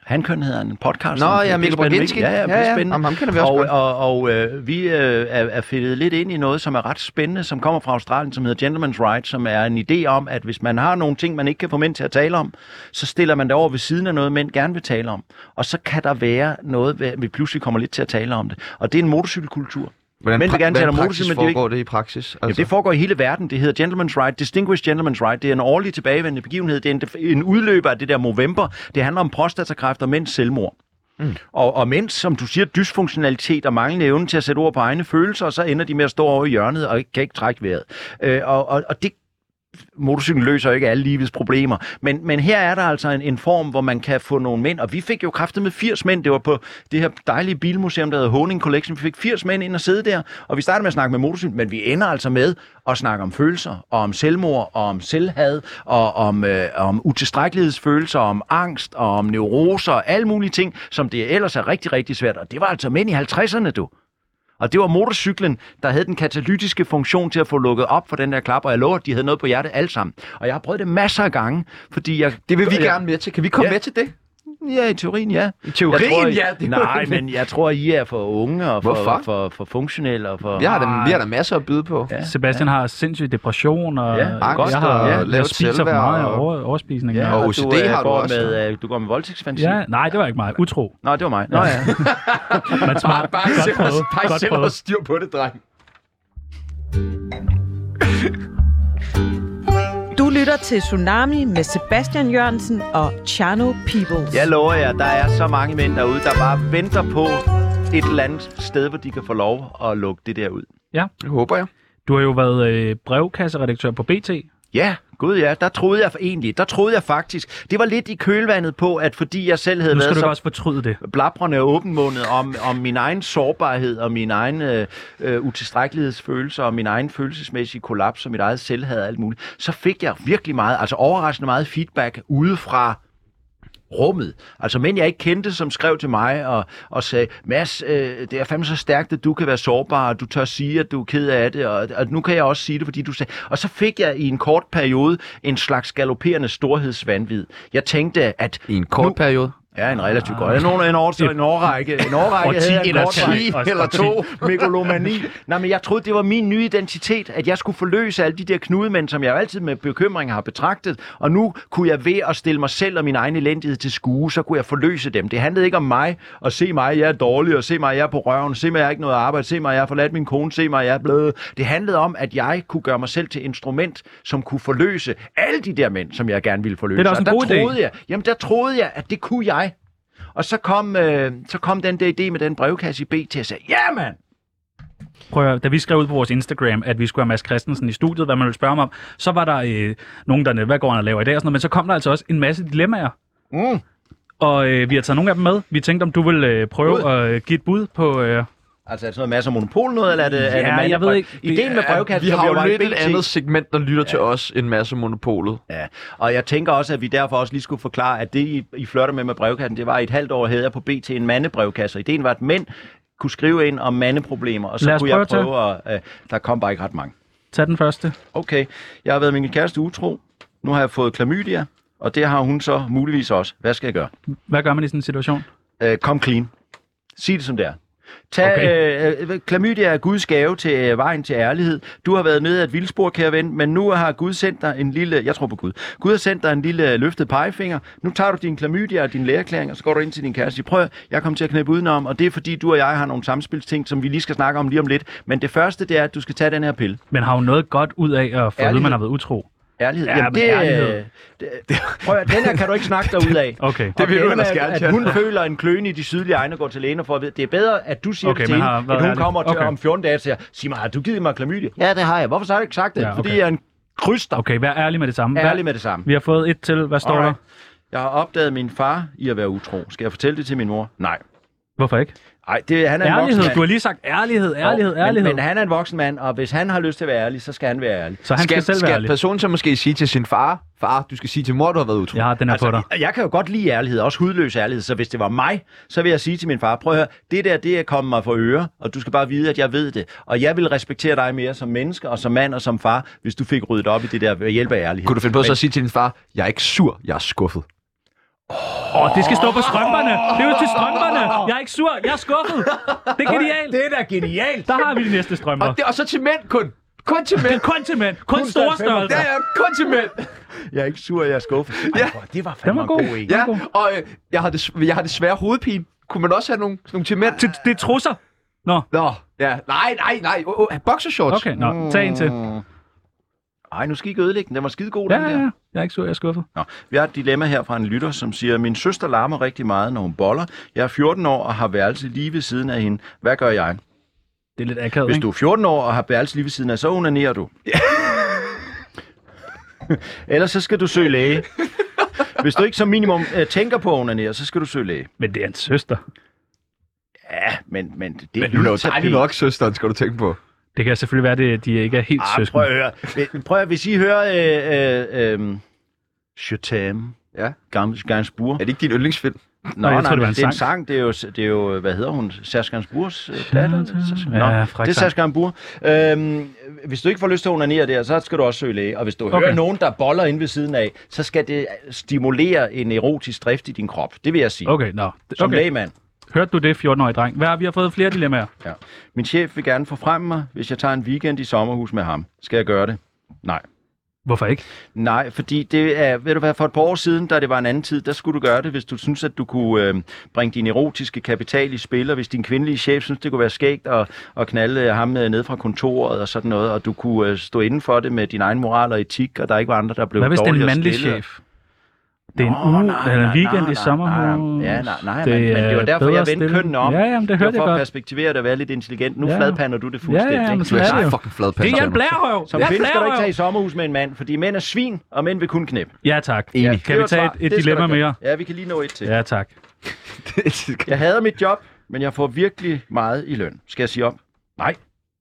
C: Hankøn hedder en podcast.
A: Nå,
C: som-
A: ja,
C: det er
A: Mikkel
C: spændende,
A: Borgenski.
C: ikke? Ja, ja, det
A: Ja, ja.
C: er spændende.
A: Jamen, ham kender vi også
C: Og,
A: godt.
C: og, og øh, vi øh, er, er fedtet lidt ind i noget, som er ret spændende, som kommer fra Australien, som hedder Gentleman's Right, som er en idé om, at hvis man har nogle ting, man ikke kan få mænd til at tale om, så stiller man det over ved siden af noget, mænd gerne vil tale om. Og så kan der være noget, hvad- vi pludselig kommer lidt til at tale om det. Og det er en motorcykelkultur.
A: Hvordan,
C: Mænd vil
A: pra-
C: gerne tale om
A: hvordan
C: motorcykel,
A: praksis
C: men det er jo ikke-
A: foregår det i praksis? Altså-
C: Jamen, det foregår i hele verden. Det hedder Gentleman's Ride, Distinguished Gentleman's Ride. Det er en årlig tilbagevendende begivenhed. Det er en, en udløber af det der Movember. Det handler om prostatakræft og mænds selvmord. Mm. Og, og mens, som du siger, dysfunktionalitet og manglende evne til at sætte ord på egne følelser, og så ender de med at stå over i hjørnet og ikke, kan ikke trække vejret. Øh, og, og, og det motorcyklen løser ikke alle livets problemer. Men, men her er der altså en, en form, hvor man kan få nogle mænd, og vi fik jo kraftet med 80 mænd. Det var på det her dejlige bilmuseum, der hedder Honing Collection. Vi fik 80 mænd ind og sidde der, og vi startede med at snakke med motorcyklen, men vi ender altså med at snakke om følelser, og om selvmord, og om selvhad, og om, øh, om utilstrækkelighedsfølelser, om angst, og om neuroser, og alle mulige ting, som det ellers er rigtig, rigtig svært. Og det var altså mænd i 50'erne, du. Og det var motorcyklen, der havde den katalytiske funktion til at få lukket op for den der klap, og jeg lover, at de havde noget på hjertet alle sammen. Og jeg har prøvet det masser af gange, fordi jeg...
A: det vil vi
C: jeg,
A: gerne med til. Kan vi komme
C: Ja.
A: med til det?
C: Ja, i teorien, ja.
A: I teorien,
C: jeg tror, I-
A: ja, det er jo
C: Nej,
A: ikke-
C: men jeg tror, I er for unge og for,
A: Hvorfor?
C: for, for, for funktionelle og for...
A: Vi har, da, vi har da masser at byde på.
C: Ah. Ja.
D: Sebastian har sindssyg depression, og
C: Ja,
A: angst
D: jeg har
A: og
D: jeg
A: lavt
D: spiser for
A: selvværd
D: meget og
A: og-
D: over, overspisning.
C: Ja,
D: Ja.
A: og
C: og
A: OCD
C: du, øh,
A: har du
C: går
A: også.
C: Med, øh, du går med voldtægtsfantasi.
D: ja, nej, det var ikke mig. Utro.
C: Nå, det var mig. Nå, ja.
D: Men
C: <laughs>
D: smart. Godt prøvet. Godt prøvet.
A: styr på det, dreng.
E: Du lytter til Tsunami med Sebastian Jørgensen og Chano Peoples.
C: Jeg lover jer, der er så mange mænd derude, der bare venter på et eller andet sted, hvor de kan få lov at lukke det der ud.
A: Det håber jeg.
D: Du har jo været øh, brevkasseredaktør på BT.
C: Ja, gud ja, der troede jeg egentlig, der troede jeg faktisk. Det var lidt i kølvandet på, at fordi jeg selv havde
D: Nu skal
C: været
D: du
C: så
D: da også fortryde det.
C: blabrende og åbenmundet om, om min egen sårbarhed og min egen øh, øh, utilstrækkelighedsfølelse og min egen følelsesmæssige kollaps og mit eget selvhad og alt muligt, så fik jeg virkelig meget, altså overraskende meget feedback udefra rummet. Altså mænd, jeg ikke kendte, som skrev til mig og, og sagde, Mads, øh, det er fandme så stærkt, at du kan være sårbar, og du tør sige, at du er ked af det, og, og nu kan jeg også sige det, fordi du sagde... Og så fik jeg i en kort periode en slags galopperende storhedsvandvid. Jeg tænkte, at...
A: I en kort
C: nu,
A: periode.
C: Ja, en relativt godt. Ja, Nogen en, år, en årrække.
A: <laughs>
C: En årrække
D: Årti
C: havde jeg en
D: eller
C: kort
D: ti.
C: vej.
D: Også-
A: eller
D: også-
A: to.
C: <laughs> Megalomani. Nej, men jeg troede, det var min nye identitet, at jeg skulle forløse alle de der knudemænd, som jeg jo altid med bekymring har betragtet. Og nu kunne jeg ved at stille mig selv og min egen elendighed til skue, så kunne jeg forløse dem. Det handlede ikke om mig, og se mig, jeg er dårlig, og se mig, jeg er på røven, se mig, jeg har ikke noget arbejde, se mig, jeg har forladt min kone, se mig, jeg er blevet... Det handlede om, at jeg kunne gøre mig selv til instrument, som kunne forløse alle de der mænd, som jeg gerne ville forløse.
D: Det er da også
C: Og
D: en god
C: der
D: idé.
C: troede jeg, jamen der troede jeg, at det kunne jeg. Og så kom, øh, så kom den der idé med den brevkasse i B til at sige, ja mand!
D: Prøv at, høre, da vi skrev ud på vores Instagram, at vi skulle have Mads Christensen i studiet, hvad man ville spørge ham om, så var der øh, nogen, der hvad går han og laver i dag og sådan noget, men så kom der altså også en masse dilemmaer.
C: Mm.
D: Og øh, vi har taget nogle af dem med. Vi tænkte, om du ville øh, prøve at øh, give et bud på... Øh,
C: Altså er det sådan noget masser af monopol noget, eller er det, ja, er det mand-
D: jeg ved ikke. Det
C: Ideen med
D: er-
C: brevkassen,
A: Vi
C: som
A: har jo
C: var i
A: lidt et
C: BT.
A: andet segment, der lytter til os, end masse monopolet.
C: Ja. Og jeg tænker også, at vi derfor også lige skulle forklare, at det, I, I flørter med med brevkassen, det var i et halvt år, havde jeg på BT en mandebrevkasse. Og Ideen var, at mænd kunne skrive ind om mandeproblemer, og
D: Lad
C: så
D: os
C: kunne jeg
D: prøve at
C: prøve at... Øh, der kom bare ikke ret mange.
D: tag den første.
C: Okay, jeg har været min kæreste utro. Nu har jeg fået klamydia, og det har hun så muligvis også. Hvad skal jeg gøre?
D: Hvad gør man i sådan en situation?
C: Øh, kom clean. Sig det som det er. Tag, okay.
D: Okay.
C: øh, øh, klamydia er Guds gave til øh, vejen til ærlighed. Du har været nede af et vildspor, kære ven, men nu har Gud sendt dig en lille... Jeg tror på Gud. Gud har sendt dig en lille øh, løftet pegefinger. Nu tager du din klamydia og din lægerklæring, og så går du ind til din kæreste og siger, prøv, at- jeg kommer til at knæppe udenom, og det er fordi, du og jeg har nogle samspilsting, som vi lige skal snakke om lige om lidt. Men det første, det er, at du skal tage den her pille.
D: Men har jo noget godt ud af at få at vide,
C: Ærlighed.
D: man har været utro.
C: Ærlighed.
D: Ja, men
C: det, øh,
D: ærlighed.
C: Det, det, prøv at, den her kan du ikke
D: <laughs>
C: snakke dig ud af.
D: Okay.
A: Det vil
C: Og
A: du
C: det
A: ellers
C: med,
A: gerne,
C: at,
A: Jan.
C: at hun føler en kløne i de sydlige egne og går til lægen for at vide. Det er bedre, at du siger
D: Okay,
C: det til
D: men
C: hende,
D: har været
C: at hun
D: ærlig.
C: kommer til
D: Okay.
C: om 14 dage og siger, sig mig, har du givet mig klamydia? Ja, det har jeg. Hvorfor så har du ikke sagt det?
D: Ja, okay.
C: Fordi jeg er en kryster. Okay.
D: Okay, vær ærlig med det samme. Vær-
C: Ærlig med det samme.
D: Vi har fået et til. Hvad står
C: Alright.
D: der?
C: Jeg har opdaget min far i at være utro. Skal jeg fortælle det til min mor? Nej.
D: Hvorfor ikke?
C: Nej, det, han er en voksen
D: Ærlighed.
C: mand.
D: Du har lige sagt ærlighed, ærlighed,
C: Jo,
D: ærlighed.
C: Men, men han er en voksen mand, og hvis han har lyst til at være ærlig, så skal han være ærlig.
D: Så han skal, selv være
A: skal
D: ærlig.
A: personen så måske sige til sin far, far, du skal sige til mor, du har været utro.
D: Jeg har den her på dig.
C: Altså, jeg, jeg kan jo godt lide ærlighed, også hudløs ærlighed, så hvis det var mig, så vil jeg sige til min far, prøv at høre, det der, det er kommet mig for øre, og du skal bare vide, at jeg ved det. Og jeg vil respektere dig mere som menneske, og som mand og som far, hvis du fik ryddet op i det der ved hjælp af ærlighed.
A: Kunne du finde på så at sige til din far, jeg er ikke sur, jeg er skuffet.
D: Åh, oh, det skal stå på strømperne. Det er jo til strømperne. Jeg er ikke sur. Jeg er skuffet. Det er genialt.
F: Det er da genialt.
D: Der har vi de næste strømper.
A: Og, det, og så til mænd kun. Kun til mænd.
D: <laughs> Kun til mænd. Kun store størrelser.
A: Ja, ja, kun til mænd.
C: Jeg er ikke sur, jeg er skuffet.
A: Ja.
F: Prøv, det var
D: Den
F: fandme
D: var
F: en god.
D: god.
F: god en.
A: Ja, og øh, jeg, har des, jeg har desværre hovedpine. Kunne man også have nogle, nogle til mænd?
D: Til- Det er trusser. Nå,
A: Nå, ja. Nej, nej, nej. Oh, oh, boxershorts.
D: okay. Nå, tag en til.
C: Ej, nu skal I ikke ødelægge den. Den var skidegod,
D: Ja,
C: den
D: ja,
C: der.
D: ja. Jeg er ikke sur, jeg er skuffet.
C: Nå, vi har et dilemma her fra en lytter, som siger, min søster larmer rigtig meget, når hun boller. Jeg er 14 år og har værelse lige ved siden af hende. Hvad gør jeg?
D: Det er lidt akavet,
C: Hvis
D: ikke?
C: du er 14 år og har værelse lige ved siden af, så onanerer
A: <laughs>
C: du. Ellers så skal du søge læge. Hvis du ikke som minimum øh, tænker på at onanere, så skal du søge læge.
D: Men det er en søster.
C: Ja, men, men det er
A: Men hun er jo
C: lydterapi.
A: dejlig nok, søsteren, skal du tænke på.
D: Det kan selvfølgelig være, at de ikke er helt
C: Ah, prøv
D: søskende.
C: at høre. Hvis- Prøv at, hvis I hører øh, øh, øh, Chatham,
A: Ja.
C: Gams, Gansbur.
A: Er det ikke din yndlingsfilm?
C: Nå,
D: jeg tror,
C: nej, nej,
D: det var en
C: det er en
D: sang.
C: sang. Det er jo, det er jo hvad hedder hun? Saskans Burs øh, datter? Sask-
D: Ja,
C: Nå,
D: fræk
C: det er
D: sang.
C: Saskans Bur. Øhm, hvis du ikke får lyst til at onanere der, så skal du også søge læge. Og hvis du okay. hører nogen, der boller inde ved siden af, så skal det øh, stimulere en erotisk drift i din krop. Det vil jeg sige.
D: Okay, nå.
C: Som
D: Okay.
C: lægemand.
D: Hørte du det, 14-årige dreng? Hvad har vi har fået flere dilemmaer?
C: Ja. Min chef vil gerne forfremme mig, hvis jeg tager en weekend i sommerhus med ham. Skal jeg gøre det? Nej.
D: Hvorfor ikke?
C: Nej, fordi det er, ved du hvad, for et par år siden, da det var en anden tid, der skulle du gøre det, hvis du synes, at du kunne øh, bringe din erotiske kapital i spil, og hvis din kvindelige chef synes, det kunne være skægt at, at knalde øh, ham øh, ned fra kontoret og sådan noget, og du kunne øh, stå inden for det med din egen moral og etik, og der ikke var andre, der blev
D: Hvad hvis det er en
C: dårligere
D: mandlig
C: stillet.
D: chef? Det er en
C: Nå,
D: uge
C: nej,
D: eller en
C: nej,
D: weekend
C: nej,
D: i
C: nej,
D: sommerhus.
C: nej, nej. Ja, nej, nej, men- men det var
D: er
C: derfor,
D: bedre
C: jeg vendte
D: stillet.
C: kønnene om.
D: Ja, jamen, det
C: Det var
D: hørte jeg
C: for at
D: godt.
C: perspektivere det og være lidt intelligent. Nu
D: Ja.
C: ja. fladpander du det fuldstændig.
D: Ja, ja, men
C: ikke?
D: så er det jo.
A: fucking flad
D: Det er Jan
A: <laughs>
D: Blærhøv.
C: Som
D: Jeg er
C: kvinde skal du ikke tage i
D: Blærhøv.
C: sommerhus med en mand, fordi mænd er svin, og mænd vil kun knæppe.
D: Ja, tak.
C: Ja, det
D: Kan
C: var
D: vi tage
C: svar.
D: et, et
C: Det skal
D: dilemma
C: du gøre.
D: mere?
C: Ja, vi kan lige nå et til.
D: Ja, tak.
C: Jeg hader mit job, men jeg får virkelig meget i løn. Skal jeg sige op? Nej.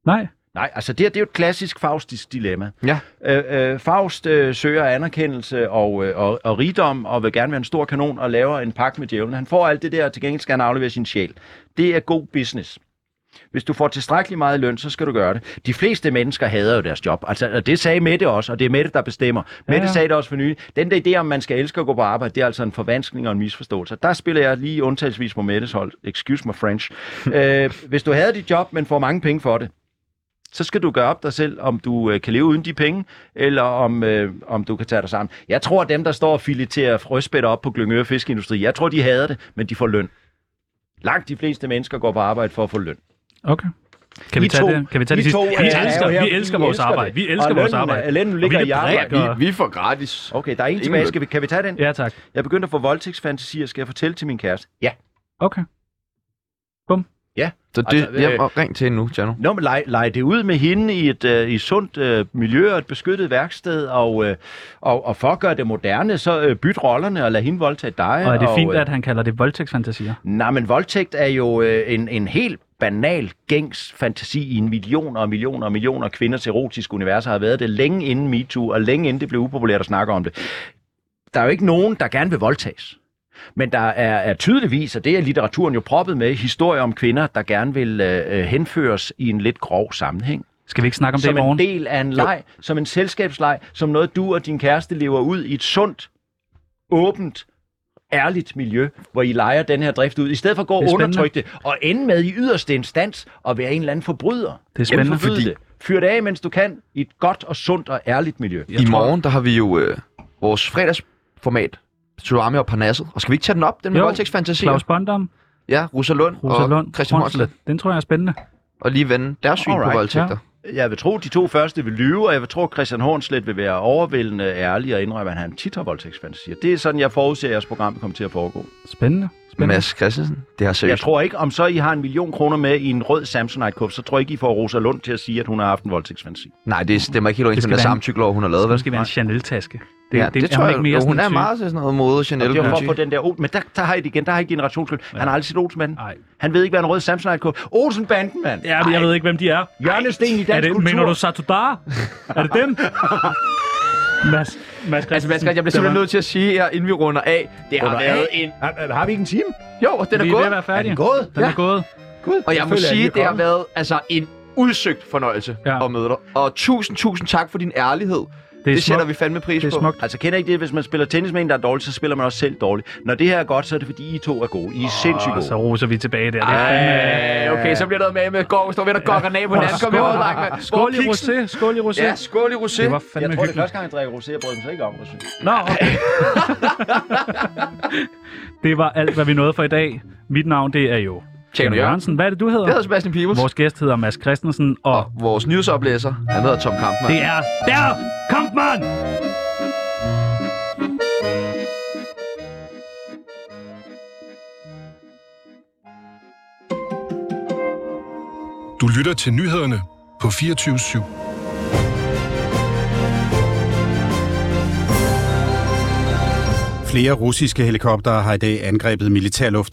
D: Nej.
C: Nej, altså det, her, det er jo et klassisk faustisk dilemma.
A: Ja.
C: Øh, øh, Faust øh, søger anerkendelse og, øh, og, og rigdom, og vil gerne være en stor kanon og laver en pagt med djævlen. Han får alt det der, og til gengæld skal han aflevere sin sjæl. Det er god business. Hvis du får tilstrækkelig meget i løn, så skal du gøre det. De fleste mennesker hader jo deres job. Altså, og det sagde Mette også, og det er Mette, der bestemmer. Mette
D: ja.
C: sagde det også for nylig. Den der idé om, man skal elske at gå på arbejde, det er altså en forvanskning og en misforståelse. Der spiller jeg lige undtagelsvis på Mettes hold. Excuse my French. øh, hvis du havde dit job, men får mange penge for det, så skal du gøre op dig selv, om du øh, kan leve uden de penge, eller om, øh, om du kan tage dig sammen. Jeg tror, at dem, der står og fileterer frøspætter op på Glyngøre Fiskeindustri, jeg tror, de hader det, men de får løn. Langt de fleste mennesker går på arbejde for at få løn.
D: Okay. Kan vi
C: I
D: tage
C: to-
D: det? Kan vi tage det
C: I
D: sidste?
C: to
D: Vi
C: er- er jo
D: elsker,
C: her,
D: vi
C: fordi
D: elsker vores
C: det.
D: arbejde. Vi elsker
C: Og
D: vores
C: lønnen er-
D: arbejde.
C: Lønnen
D: Og vi
C: ligger
D: er
C: i arbejde.
D: brækkere.
A: Vi, vi får gratis.
C: Okay, der er en
A: Ingen
C: tilbage.
A: løn.
C: Skal vi, kan vi tage den?
D: Ja, tak.
C: Jeg begyndte at få voldtægtsfantasier. Skal jeg fortælle til min kæreste? Ja.
D: Okay.
A: Så det,
C: Altså, øh,
A: jeg må ring til hende nu, Jano.
C: Nå, men lege, lege det ud med hende i et, øh, i et sundt øh, miljø og et beskyttet værksted, og, øh, og, og for at gøre det moderne, så øh, byt rollerne og lad hende voldtage dig.
D: Og er det fint,
C: øh,
D: at han kalder det voldtægtsfantasier?
C: Nej, men voldtægt er jo øh, en, en helt banal gængs fantasi i en millioner og millioner og millioner kvinders erotiske univers har været det længe inden MeToo, og længe inden det blev upopulært at snakke om det. Der er jo ikke nogen, der gerne vil voldtages. Men der er, er tydeligvis, og det er litteraturen jo proppet med, historier om kvinder, der gerne vil øh, øh, henføres i en lidt grov sammenhæng
D: Skal vi ikke snakke om det i
C: som en
D: morgen?
C: del af en leg, som en selskabsleg, som noget du og din kæreste lever ud i et sundt, åbent, ærligt miljø, hvor I leger den her drift ud, i stedet for at gå
D: Det er
C: og
D: spændende.
C: undertrykke det, og ende med i yderste instans at være en eller anden forbryder.
D: Det er spændende.
C: Jamen, forbryd
A: Fordi-
C: det. Fyr det af, mens du kan, i et godt og sundt og ærligt miljø.
D: Jeg
A: I
D: tror-
A: morgen, der har vi jo øh, vores fredagsformat, Tsunami og Parnasset. Og skal vi ikke tage den op, den med
D: Jo,
A: voldtægtsfantasier?
D: Claus Bondam,
A: Ja, Rosalund,
D: Rosalund,
A: og Christian Hornslet.
D: Den tror jeg er spændende.
A: Og lige vende deres syn
C: Alright,
A: på voldtægter.
C: Jeg vil tro, de to første vil lyve, og jeg vil tro, at Christian Hornslet vil være overvældende ærlig og indrømme, at han tit har voldtægtsfantasier. Det er sådan, jeg forudser, at jeres program kommer til at foregå.
D: Spændende.
A: Ja.
D: spændende.
A: Mads Christensen, det har
C: Jeg
A: seriøst.
C: tror ikke, om så I har en million kroner med i en rød Samsonite-kup, så tror jeg ikke, I får Rosa Lund til at sige, at hun har haft en voldtægtsfantasi.
A: Nej, det stemmer ikke helt overens
D: skal
A: med den
D: være en-
A: samtykkelov, hun har lavet,
D: Det
A: vel?
D: skal være en Chanel-taske. Det,
A: Ja, det, tror
D: hun
A: jeg,
D: ikke mere
A: jo, hun
D: sådan
A: er
D: en
A: meget til sådan noget mode, Chanel.
C: Det var for at
A: Gucci.
C: få den der... Ol- Men der, der har I det igen. Der har I generationsskyld. Han har aldrig set Olsenmanden.
D: Nej.
C: Han ved ikke, hvad en rød Samsonite-kup... Olsenbanden, mand!
D: type. Ja, men jeg ved ikke, hvem de er.
C: Hjørnesten i dansk
D: er det,
C: kultur.
D: Mener du Satudar? er det dem? Mads, Mads
A: Altså, Mads Christensen, jeg bliver simpelthen nødt til at sige her, inden vi runder af. Det har
F: Runder
A: været
F: af?
A: en...
F: Har, har vi ikke en time?
A: Jo, og den
D: Vi
A: er
D: er ved at
A: gået.
D: være færdige.
F: Er den gået?
D: Den er gået.
F: Gud,
A: Og jeg må
F: føler, at vi
A: sige,
F: er
A: det har
F: kommet.
A: været altså en udsøgt fornøjelse
D: Ja.
A: at møde dig. Og tusind, tusind tak for din ærlighed.
D: Det er
A: Det sætter
D: smukt.
A: vi fandme pris
D: Det er
A: på.
D: smukt.
C: Altså, kender I ikke det? Hvis man spiller tennis med en, der er dårlig, så spiller man også selv dårligt. Når det her er godt, så er det fordi, I to er gode. I er sindssygt
D: Og så
C: gode.
D: roser vi tilbage der. Det er fandme...
F: Ej, okay, så bliver der noget med, med går, står ved og gokker nabo,
D: Og
F: den anden kommer ud og langt med.
D: Skål i rosé, skål i rosé.
A: Ja, skål i rosé.
D: Det var
C: Jeg
D: fandme
C: tror, det er
D: hyggeligt.
C: første gang, jeg drikker rosé, jeg brød mig så ikke om. rosé.
D: Nå, okay. det var alt, hvad vi nåede for i dag. Mit navn, det er jo... Tjener Jørgensen. Hvad er det, du hedder?
A: Jeg hedder Sebastian Pibels.
D: Vores gæst hedder Mads Christensen, og,
A: Og vores nyhedsoplæser, han hedder Tom Kampmann.
D: det er der Kampmann!
G: Du lytter til nyhederne på 24 /7.
H: Flere russiske helikoptere har i dag angrebet militærluft